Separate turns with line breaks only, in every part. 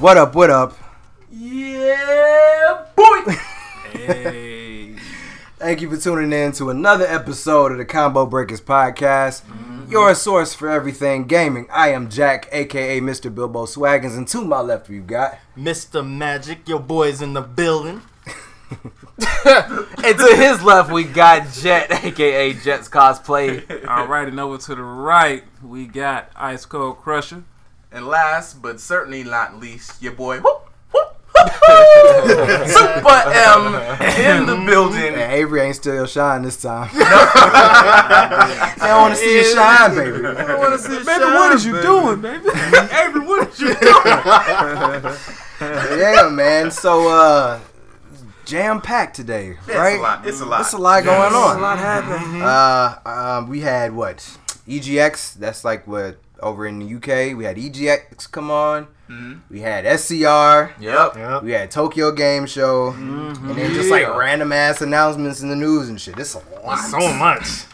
What up? What up?
Yeah, boy. hey.
Thank you for tuning in to another episode of the Combo Breakers Podcast,
Mm-hmm.
your source for everything gaming. I am Jack, aka Mr. Bilbo Swaggins, and to my left you got,
Mr. Magic, your boy's in the building.
And to his left, we got Jet, aka Jet's cosplay.
All right, and over to the right, we got Ice Cold Crusher.
And last but certainly not least, your boy whoop, whoop, whoop, whoop, Super M in the building.
and Avery ain't still your shine this time. they don't want to see you shine, baby. Baby, what is you doing, baby?
Avery, what did you do?
Yeah, man. So, uh, jam packed today, right?
It's a lot. It's a lot.
It's a lot going on.
Mm-hmm.
happened.
Uh, um, we had what? EGX. That's like what over in the UK. We had EGX come on.
Mm-hmm.
We had SCR.
Yep.
We had Tokyo Game Show.
Mm-hmm.
And then just like
Yeah.
random ass announcements in the news and shit. It's a lot. So,
So much.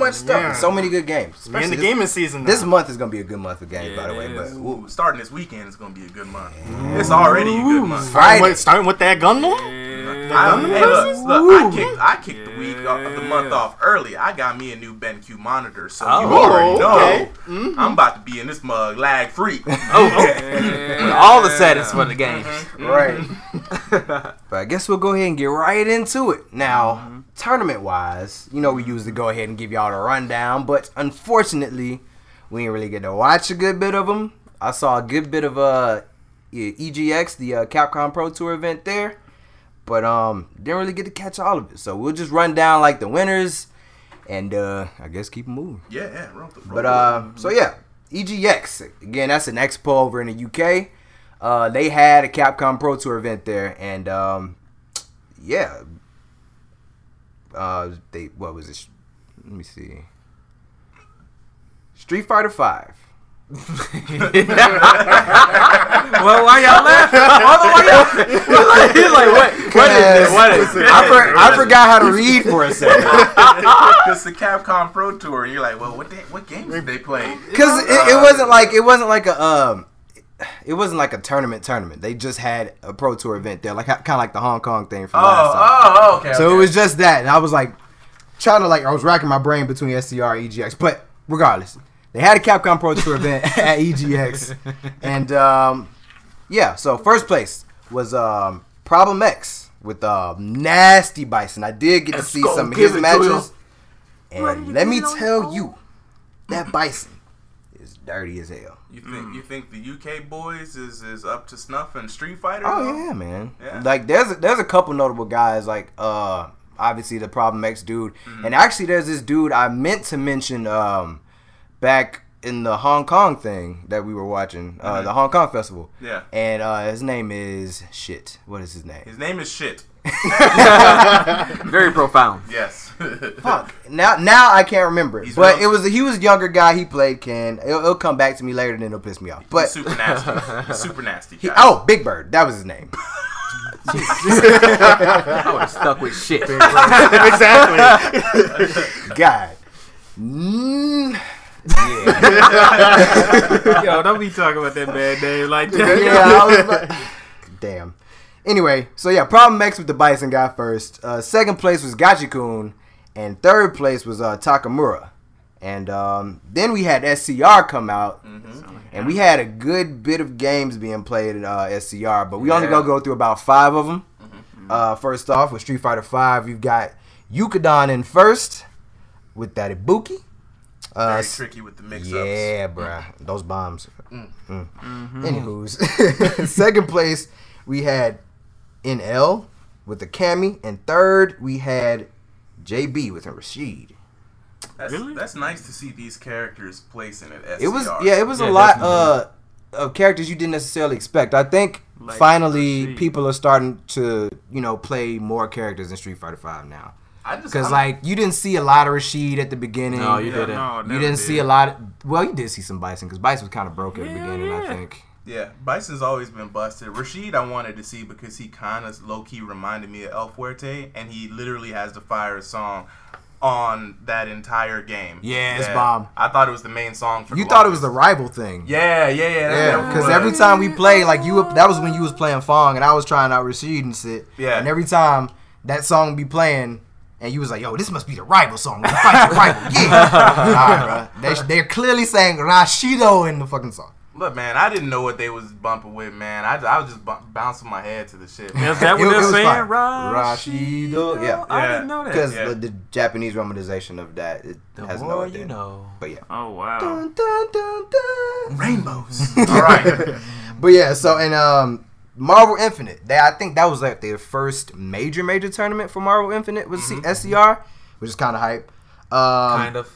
much stuff.
Yeah.
So many good games.
We're in
Especially
the
this,
gaming season.
this
now.
month is gonna be a good month of games,
Yeah,
by the
it
way.
is.
But
Ooh, starting this weekend is gonna be a good month. It's already a good month.
Friday.
Wait, starting with that gun law?
I,
Yeah.
hey, look, look, I kicked, I kicked the week of the month
Yeah.
off early. I got me a new BenQ monitor, so you
Oh,
already know
okay.
I'm about to be in this mug lag free.
All the settings for the game.
Right. but I guess we'll go ahead and get right into it. Now, tournament wise, you know, we usually go ahead and give y'all the rundown, but unfortunately, we didn't really get to watch a good bit of them. I saw a good bit of uh, E- EGX, the uh, Capcom Pro Tour event there, but um, didn't really get to catch all of it. So we'll just run down like the winners and uh, I guess keep moving.
yeah, yeah, roll the, roll
But
the-
uh, so yeah, EGX again. That's an expo over in the UK. Uh, they had a Capcom Pro Tour event there, and um, yeah, uh, they what was it? Let me see. Street Fighter Five.
Well, why y'all laughing? Why y'all- He's like, what? What is this? What is this?
I, for, I forgot how to read for a second
It's the Capcom Pro Tour, and you're like, well, what the, what games did they play?
because it, it wasn't like it wasn't like a um, it wasn't like a tournament tournament. They just had a Pro Tour event there, like kind of like the Hong Kong thing from last time.
Oh, oh, okay.
So
okay.
it was just that, and I was like trying to like I was racking my brain between SCR and EGX. E But regardless, they had a Capcom Pro Tour event at EGX, and um, yeah. So first place was um, Problem X with uh, nasty Bison. I did get to see
go,
some of his
give it to
matches, and let me tell you, that Bison is dirty as hell.
You think you think the UK boys is is up to snuff in Street Fighter?
Oh yeah, man.
Yeah.
Like there's a, there's a couple notable guys like uh obviously the Problem X dude,
Mm-hmm.
and actually there's this dude I meant to mention um back in the Hong Kong thing that we were watching uh, the Hong Kong festival.
Mm-hmm. Yeah.
And uh, his name is shit. What is his name?
His name is shit.
Very profound.
Yes.
Fuck. Now now I can't remember.
He's
but
real-
it was he was a younger guy. He played Ken. It'll, it'll come back to me later, and then it'll piss me off. But
He's super nasty. He's super nasty.
he,
guys.
oh, Big Bird. That was his name.
I would have stuck with shit.
exactly.
God. Mm.
Yo, don't be talking about that bad name like that.
yeah, I was about- damn. Anyway, so yeah, problem X with the Bison guy first. Uh, second place was Gachikun, and third place was uh, Takamura. And um, then we had SCR come out, and we had a good bit of games being played at uh, SCR, but we only
Yeah.
gonna go through about five of them. Uh, first off, with Street Fighter Five, you've got Yukadon in first with that Ibuki. Uh,
Very
s-
tricky with the mix-ups.
yeah, bruh. Those bombs. Mm.
Mm-hmm.
Anywho's. Second place, we had NL with the Cammy. And third, we had JB with a Rashid.
That's,
Really?
that's nice to see these characters placing it.
It was,
SCR.
yeah, it was a
Yeah,
lot uh, of characters you didn't necessarily expect. I think
Like
finally
Rashid.
people are starting to, you know, play more characters in Street Fighter 5 now.
I just
Because,
I'm-
like, you didn't see a lot of Rashid at the beginning.
No, you
Yeah,
didn't.
no,
You
never
didn't
did.
see a lot. Of, well, you did see some Bison because Bison was kind of broke at the
Yeah,
beginning, I
yeah.
think.
yeah, Bison's always been busted. Rashid, I wanted to see because he kind of low key reminded me of El Fuerte, and he literally has the fire song. on that entire game.
Yeah, it's bomb.
I thought it was the main song for.
You
the
thought it was the
longest.
rival thing.
Yeah, yeah, yeah. that's
Yeah,
what it
because
was.
every time we played, like you, that was when you was playing Fong and I was trying out Rashid and shit.
Yeah.
And every time that song be playing, and you was like, "Yo, this must be the rival song. We fight the rival." Yeah. nah, bro. They, they're clearly saying Rashido in the fucking song.
Look, man, I didn't know what they was bumping with, man. I, I was just bu- bouncing my head to the shit. man.
Is
It-
that what
it
they're
was
saying?
fire.
Rashido? Oh,
Rashido, yeah.
I
Yeah.
didn't know that.
Because
Yeah.
the, the Japanese romanization of that it has no idea.
know.
But yeah.
Oh wow.
Dun, dun, dun, dun.
Rainbows. All right.
But yeah, so and um Marvel Infinite. They I think that was like their first major major tournament for Marvel Infinite was C SCR, which is kind of hype. Um,
Kind of.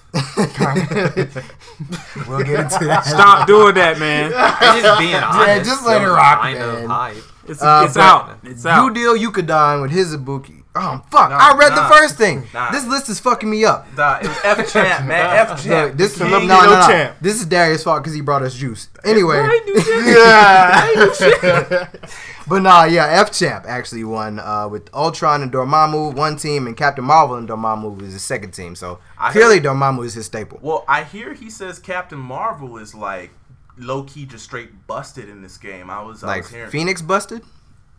we'll get into that.
Stop doing that, man.
It's just being honest.
just let it
though.
rock,
Kind
man.
of hype.
It's,
Uh,
it's
but
out. It's out.
You deal Yukadon with his Ibuki. Oh fuck!
Nah,
I read
nah,
the first thing.
nah.
This list is fucking me up.
Nah, it was F champ, man. F
Look,
champ.
this,
King
no,
ain't
no,
no
no.
champ.
this is Darius' fault because he brought us juice. Anyway,
I knew that.
Yeah.
But nah, yeah, F Champ actually won uh, with Ultron and Dormammu one team, and Captain Marvel and Dormammu was his second team. So
I
clearly, Dormammu is his staple.
Well, I hear he says Captain Marvel is like low key just straight busted in this game. I was I
Like
was hearing.
Phoenix busted,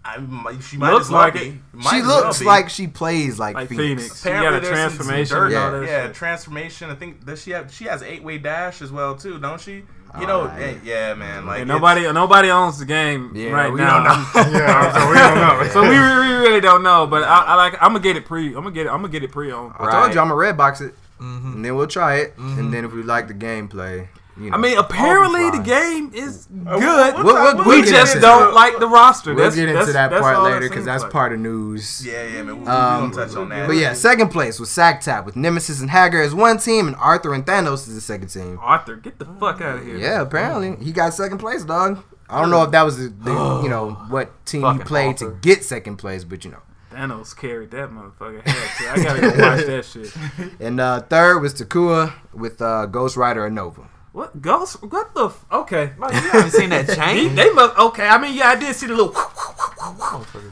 I, might- she might
Looks
as well
like
be.
it.
Might
she
as well
looks
be.
like she plays like,
Like
Phoenix.
Phoenix. She
Apparently
got a
there's some- some
transformation.
dirt
and all
on-
that
yeah,
shit.
transformation. I think does she have she has eight way dash as well too, don't she? You know,
Ah, yeah.
yeah, yeah, man. Like
And
it's-
nobody, nobody owns the game
Yeah,
right
we
now.
don't know.
Yeah, so we don't know.
so we, we really don't know. But I, I like. I'm gonna get it pre. I'm gonna get it. I'm gonna get it pre owned.
I told
Right.
you I'm a red box it,
Mm-hmm.
and then we'll try it, and then if we like the gameplay, you know,
Mm-hmm. I mean, apparently the
fine.
game is
Uh,
good.
We'll- we'll- we'll
we
get
just
into
don't
it.
like the roster.
we'll
that's,
get into
that's,
that
that's
part
all it
later because
seems
that's
like.
part of news.
Yeah, yeah, man. We,
Um,
we gonna touch on that.
But yeah, second place was SACTAP with Nemesis and Hagar as one team, and Arthur and Thanos is the second team.
Arthur, get the fuck out of here.
Yeah, apparently he got second place, dog. I don't know if that was the, the you know what team he
Fucking
played
Arthur.
to get second place, but you know.
Thanos carried that motherfucker. Head, too. I gotta go watch that shit.
And uh, third was Takua with uh, Ghost Rider and Nova.
What ghost? What the? F- okay.
Haven't seen that
He-
change.
they must. Okay. I mean, yeah, I did see the little.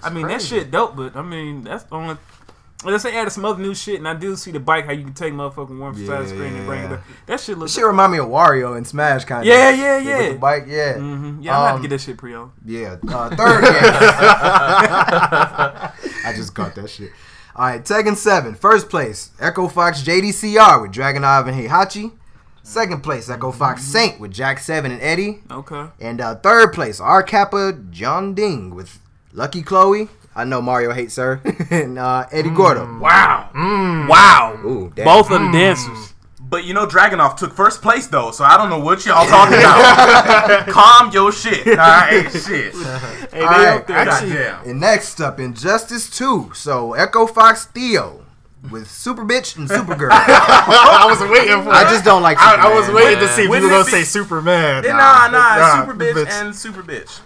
I mean, that
Crazy.
shit dope, but I mean, that's the only. Unless they added some other new shit, and I do see the bike how you can take motherfucking one from side of the screen and bring
Yeah.
it back. That shit
This
looks.
shit remind me of Wario and Smash kind of.
Yeah, yeah, yeah.
With the bike, yeah,
hmm Yeah, I'm gonna have
Um,
to get that shit pre-owned.
yeah. Uh, third game. I just caught that shit. All right, Tekken Seven, first place, Echo Fox JDCR with Dragonov and Heihachi. Second place, Echo Fox Saint with Jack Seven and Eddie.
Okay.
And uh, third place, R Kappa John Ding with Lucky Chloe. I know Mario hates her. and uh, Eddie Gordo.
Wow.
Mm.
Wow.
Ooh, damn.
Both of the dancers.
But you know, Dragonoff took first place though, so I don't know what y'all talking about. Calm your shit. All right, shit.
Hey,
All right,
up there.
actually-
Goddamn.
And next up, Injustice 2. So Echo Fox Theo with Super Bitch and Supergirl.
I was waiting for
I
it.
just don't like
I, I
Superman.
was waiting to see
Man.
if you were
Wouldn't
going
it
to
be-
say Superman.
Nah, nah,
nah,
super bitch,
bitch.
and super bitch.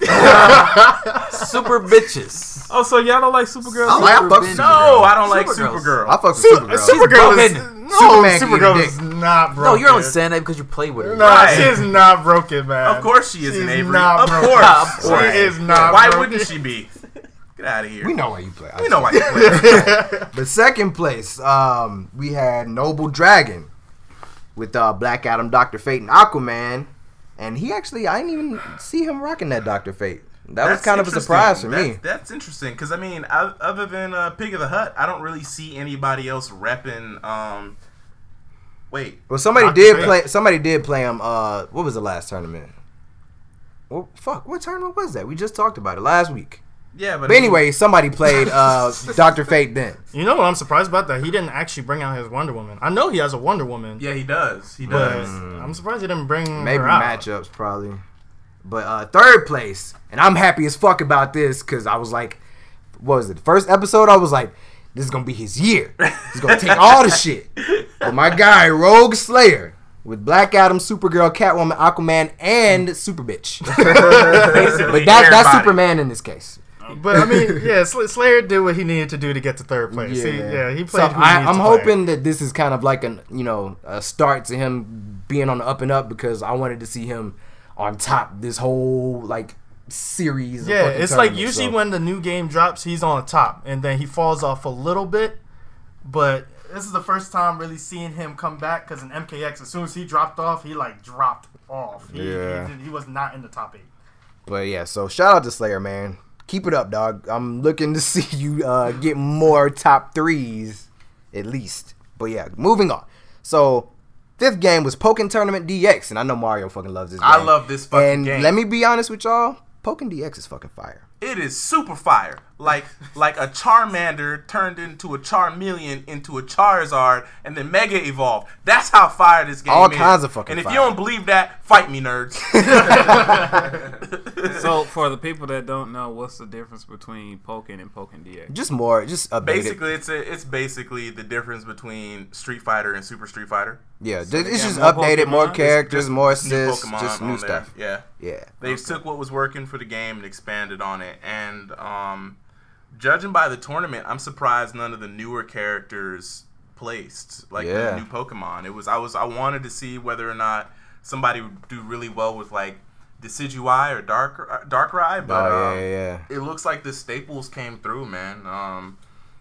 Super bitches.
Oh, so y'all don't like Supergirl?
I, like, I fuck with
Superman.
No,
Supergirl.
I don't like
Supergirls.
Supergirl.
I fuck with
Super,
Supergirl.
Supergirl is
broken.
no.
Superman can eat
Supergirl
dick.
is not broken.
No, you're only saying that because you play with her.
No,
Right.
she is not broken, man.
Of course she
She's
isn't Avery.
not
of
broken.
course.
Of
she
course.
is not.
Why
broken.
wouldn't she be? Get out of here.
we know why you play.
We know why you play.
But second place, um, we had Noble Dragon with uh, Black Adam, Doctor Fate, and Aquaman. And he actually, I didn't even see him rocking that Doctor Fate. That was
That's
kind of a
interesting.
surprise for
That's-
me.
That's interesting because I mean, o- other than uh, Pig of the Hut, I don't really see anybody else repping. Um, wait,
Well, somebody
Dr.
did
Fate.
play. Somebody did play him. Uh, what was the last tournament? Well, fuck, what tournament was that? We just talked about it last week.
yeah, but,
But anyway, somebody played uh, Doctor Fate then.
You know what I'm surprised about that he didn't actually bring out his Wonder Woman. I know he has a Wonder Woman,
yeah, Mm. he does. He
but
does.
I'm surprised he didn't bring
Maybe
her out.
matchups, probably. But uh third place, and I'm happy as fuck about this because I was like, what was it? First episode, I was like, this is gonna be his year. He's gonna take all the shit. But my guy, Rogue Slayer, with Black Adam, Supergirl, Catwoman, Aquaman, and Super Bitch. but
Basically,
that, that's
everybody.
Superman in this case.
But I mean, yeah, Sl- Slayer did what he needed to do to get to third place. Yeah, he, yeah, he
So
played. who he
I,
needed
I'm
to play.
hoping that this is kind of like an you know a start to him being on the up and up because I wanted to see him on top this whole like series. of
Yeah,
fucking
it's like
tournaments,
usually
so.
when the new game drops, he's on top, and then he falls off a little bit, but this is the first time really seeing him come back because in MKX, as soon as he dropped off, he like dropped off. He,
Yeah.
he, did- he was not in the top eight.
But yeah, so shout out to Slayer, man. Keep it up, dog. I'm looking to see you uh, get more top threes, at least. But yeah, moving on. So fifth game was Pokken Tournament DX, and I know Mario fucking loves this. Game.
I love this fucking
and
game.
let me be honest with y'all, Pokken DX is fucking fire.
It is super fire. Like like a Charmander turned into a Charmeleon into a Charizard and then Mega evolved. That's how fire this game
All
is.
kinds of fucking
And if
fire.
you don't believe that, fight me, nerds.
So for the people that don't know, what's the difference between Pokken and Pokken DX?
Just more, just updated.
basically, it's a, it's basically the difference between Street Fighter and Super Street Fighter.
yeah,
so they
it's
got
just
more
updated,
Pokemon?
more
Just-
characters, more
New
assists,
Pokemon
just new
on there.
stuff.
Yeah.
Yeah,
They took what was working for the game and expanded on it. And um, judging by the tournament, I'm surprised none of the newer characters placed like
Yeah.
the new Pokemon. It was I was I wanted to see whether or not somebody would do really well with like Decidueye or Dark uh, Darkrai,
oh
but
yeah, yeah,
um,
yeah.
it looks like the staples came through, man. Um,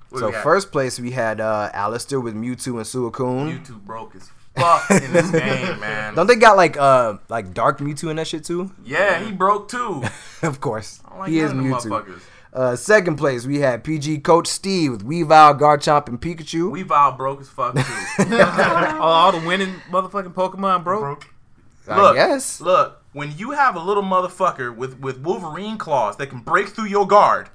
what
So
we got?
first place we had uh, Alistair with Mewtwo and Suicune.
YouTube broke as fuck in this game, man.
Don't they got like uh like dark Mewtwo and that shit too?
yeah, he broke too.
of course,
I don't like
he is
none of them
Mewtwo.
motherfuckers.
Uh, second place we had PG Coach Steve with Weavile, Garchomp, and Pikachu.
We vile broke as fuck too.
Oh, all the winning motherfucking Pokemon broke.
Broke.
I
Look,
guess.
look, when you have a little motherfucker with, with Wolverine claws that can break through your guard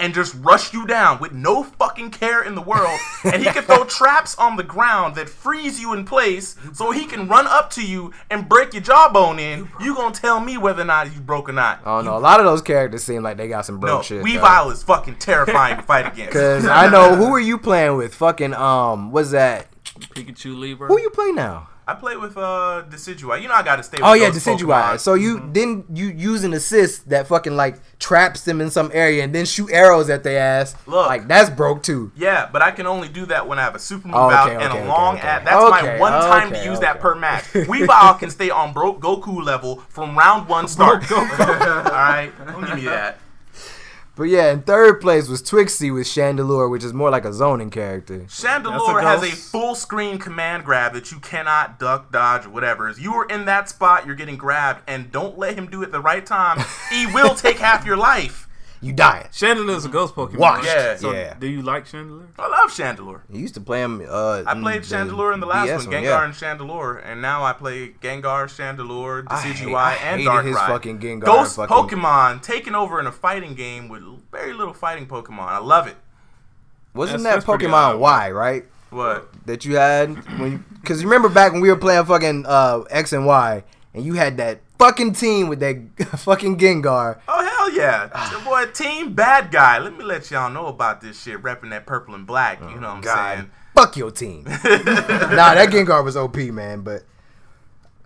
and just rush you down with no fucking care in the world, and he can throw traps on the ground that freeze you in place so he can run up to you and break your jawbone in, you gonna tell me whether or not you broke or not.
I don't know. A lot of those characters seem like they got some broke
no,
Oh, shit.
Weavile is fucking terrifying to fight against.
Because I know who are you playing with? Fucking um, what's that?
Pikachu Libra.
Who you play now?
I play with uh Decidueye. You know I gotta stay with
Oh yeah,
those
Decidueye.
Pokemon.
So you then you use an assist that fucking like traps them in some area and then shoot arrows at their ass.
Look.
like that's broke too.
Yeah, but I can only do that when I have a super move
Oh, okay,
out and
okay,
a long
okay,
at.
okay.
That's
Okay,
my one time
okay,
to use
okay.
that per match. Weavile can stay on Bro Goku level from round one start. All right, don't give me that.
But yeah, in third place was Twixie with Chandelure, which is more like a zoning character.
Chandelure has a
ghost.
full screen command grab that you cannot duck, dodge, or whatever. If you are in that spot, you're getting grabbed, and don't let him do it the right time. he will take half your life.
You dying.
Chandelure is a ghost Pokemon.
Washed.
Yeah.
So
Yeah.
do you like Chandelure?
I love Chandelure.
You used to play him. Uh,
I played Chandelure in the last one, Gengar and Chandelure, and now I play Gengar, Chandelure,
I hate-
Decidueye,
I
and
hated
Darkride.
his fucking Gengar
Ghost
fucking-
Pokemon taking over in a fighting game with l- very little fighting Pokemon. I love it.
Wasn't
That's-
that
that's pretty
Pokemon
odd.
Y right
What?
that you had when? Because you remember back when we were playing fucking uh, X and Y, and you had that fucking team with that fucking Gengar.
Oh hell yeah! Your boy Team Bad Guy. Let me let y'all know about this shit. Repping that purple and black. You know what I'm
Oh,
saying?
Fuck your team. nah, that Gengar was OP, man. But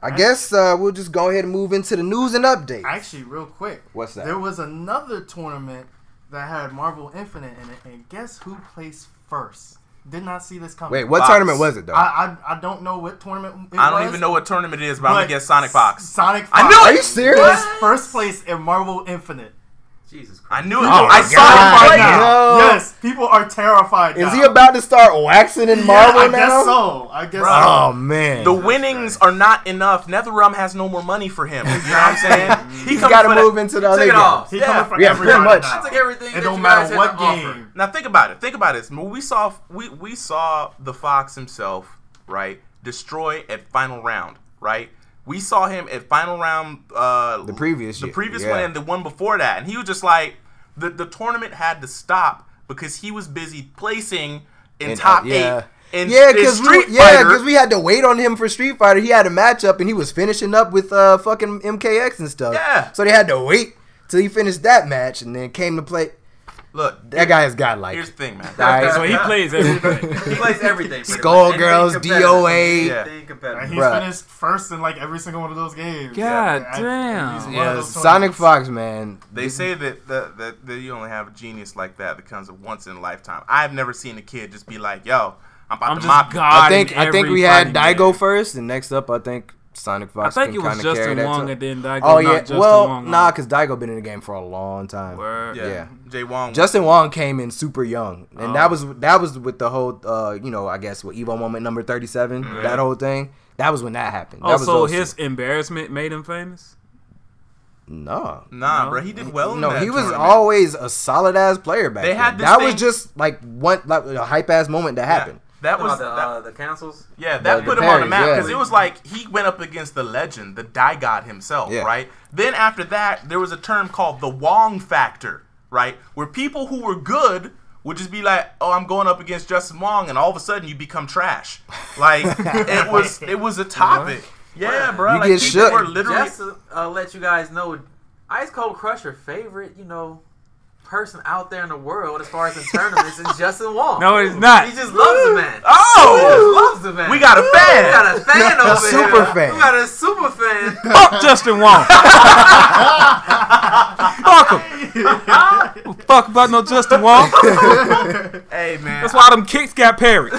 I guess uh, we'll just go ahead and move into the news and updates.
Actually, real quick,
What's that?
There was another tournament that had Marvel Infinite in it, and guess who placed first? Did not see this coming.
Wait, what
Box.
tournament was it though?
I, I I don't know what tournament. It
I don't
was,
even know what tournament it is, but, I'm
but
gonna guess Sonic Fox.
Sonic Fox.
I knew
Are you serious?
was first place in Marvel Infinite.
Jesus Christ.
I knew it.
Oh, my
I
God.
saw it right now.
No.
Yes, people are terrified.
Oh. Is
now.
uh,
he about to start waxing in Marvel
yeah, I
now?
guess so. I guess so.
Oh man.
The winnings are not enough. NetherRealm has no more money for him. You know what I'm saying? He
You gotta
for the-
move into the other
Take it
game.
off.
He
Yeah.
coming for
Yeah, pretty
everybody
much.
now.
I took everything.
It
that
don't
you
matter
guys had
what
to offer.
game.
Now think about it. Think about this. When we saw we we saw the Fox himself, right, destroy at final round, right. We saw him at final round. Uh, the
previous
the
year,
previous
yeah.
one, and the one before that, and he was just like the the tournament had to stop because he was busy placing in
And, uh,
top
yeah.
eight. In,
yeah,
in
because we,
Street
yeah,
Fighter.
'cause we had to wait on him for Street Fighter. He had a matchup and he was finishing up with uh fucking MKX and stuff.
Yeah.
So they had to wait till he finished that match and then came to play.
look.
That guy is godlike.
Here's the thing, man.
All right,
So he plays everything.
He plays everything. pretty much.
Skullgirls,
Anything competitive.
DOA.
Yeah.
Anything competitive.
And he's
Bruh.
finished first in like every single one of those games.
God
Yeah, I-
damn.
he's one of
yeah,
those
Sonic
tournaments.
Fox, man.
They
Mm-hmm.
say that, that that that you only have a genius like that that comes once in a lifetime. I've never seen a kid just be like, "Yo, I'm about
I'm
to
just
mop." you."
God.
I think
in
I think
every
we had
fighting
Daigo
game.
first, and next up I think Sonic
I
Fox.
think it
can
was
kinda carry
Justin
that
Wong
too.
and then Daigo.
Oh
not
yeah,
Justin
well,
Wong.
nah, because Daigo been in the game for a long time.
Word.
Yeah.
Yeah.
Jay Wong.
Justin Wong came in super young, and
Oh.
that was that was with the whole, uh, you know, I guess with Evo Moment number thirty seven, that whole thing. That was when that happened. That
Mm-hmm. Oh,
was
so
also-
his embarrassment made him famous.
no,
nah,
No.
bro. He did well. in
no,
that
he was
tournament.
always a solid ass player back
They
then.
had this
that
thing-
was just like one like a hype ass moment that
Yeah,
happened.
That was
the,
that-
uh, the councils.
Yeah, that
The-
put
the
him on the
Perrys,
map
yeah.
because it was like he went up against the legend, the die god himself,
Yeah.
right? Then after that, there was a term called the Wong factor, right? Where people who were good would just be like, "Oh, I'm going up against Justin Wong," and all of a sudden you become trash. Like it was, it was a topic. Yeah, bro.
You
like
get
people
shook.
were literally.
Just to uh, let you guys know, Ice Cold Crusher favorite, you know, person out there in the world as far as in tournaments is Justin Wong.
No, it's not.
he just loves the man.
Oh,
He loves the man.
we got a
We
fan.
got a fan over
super
here.
fan.
We got a super fan.
Fuck Justin Wong. Fuck him. Fuck about no Justin Wong.
Hey man,
That's why them kicks got parried.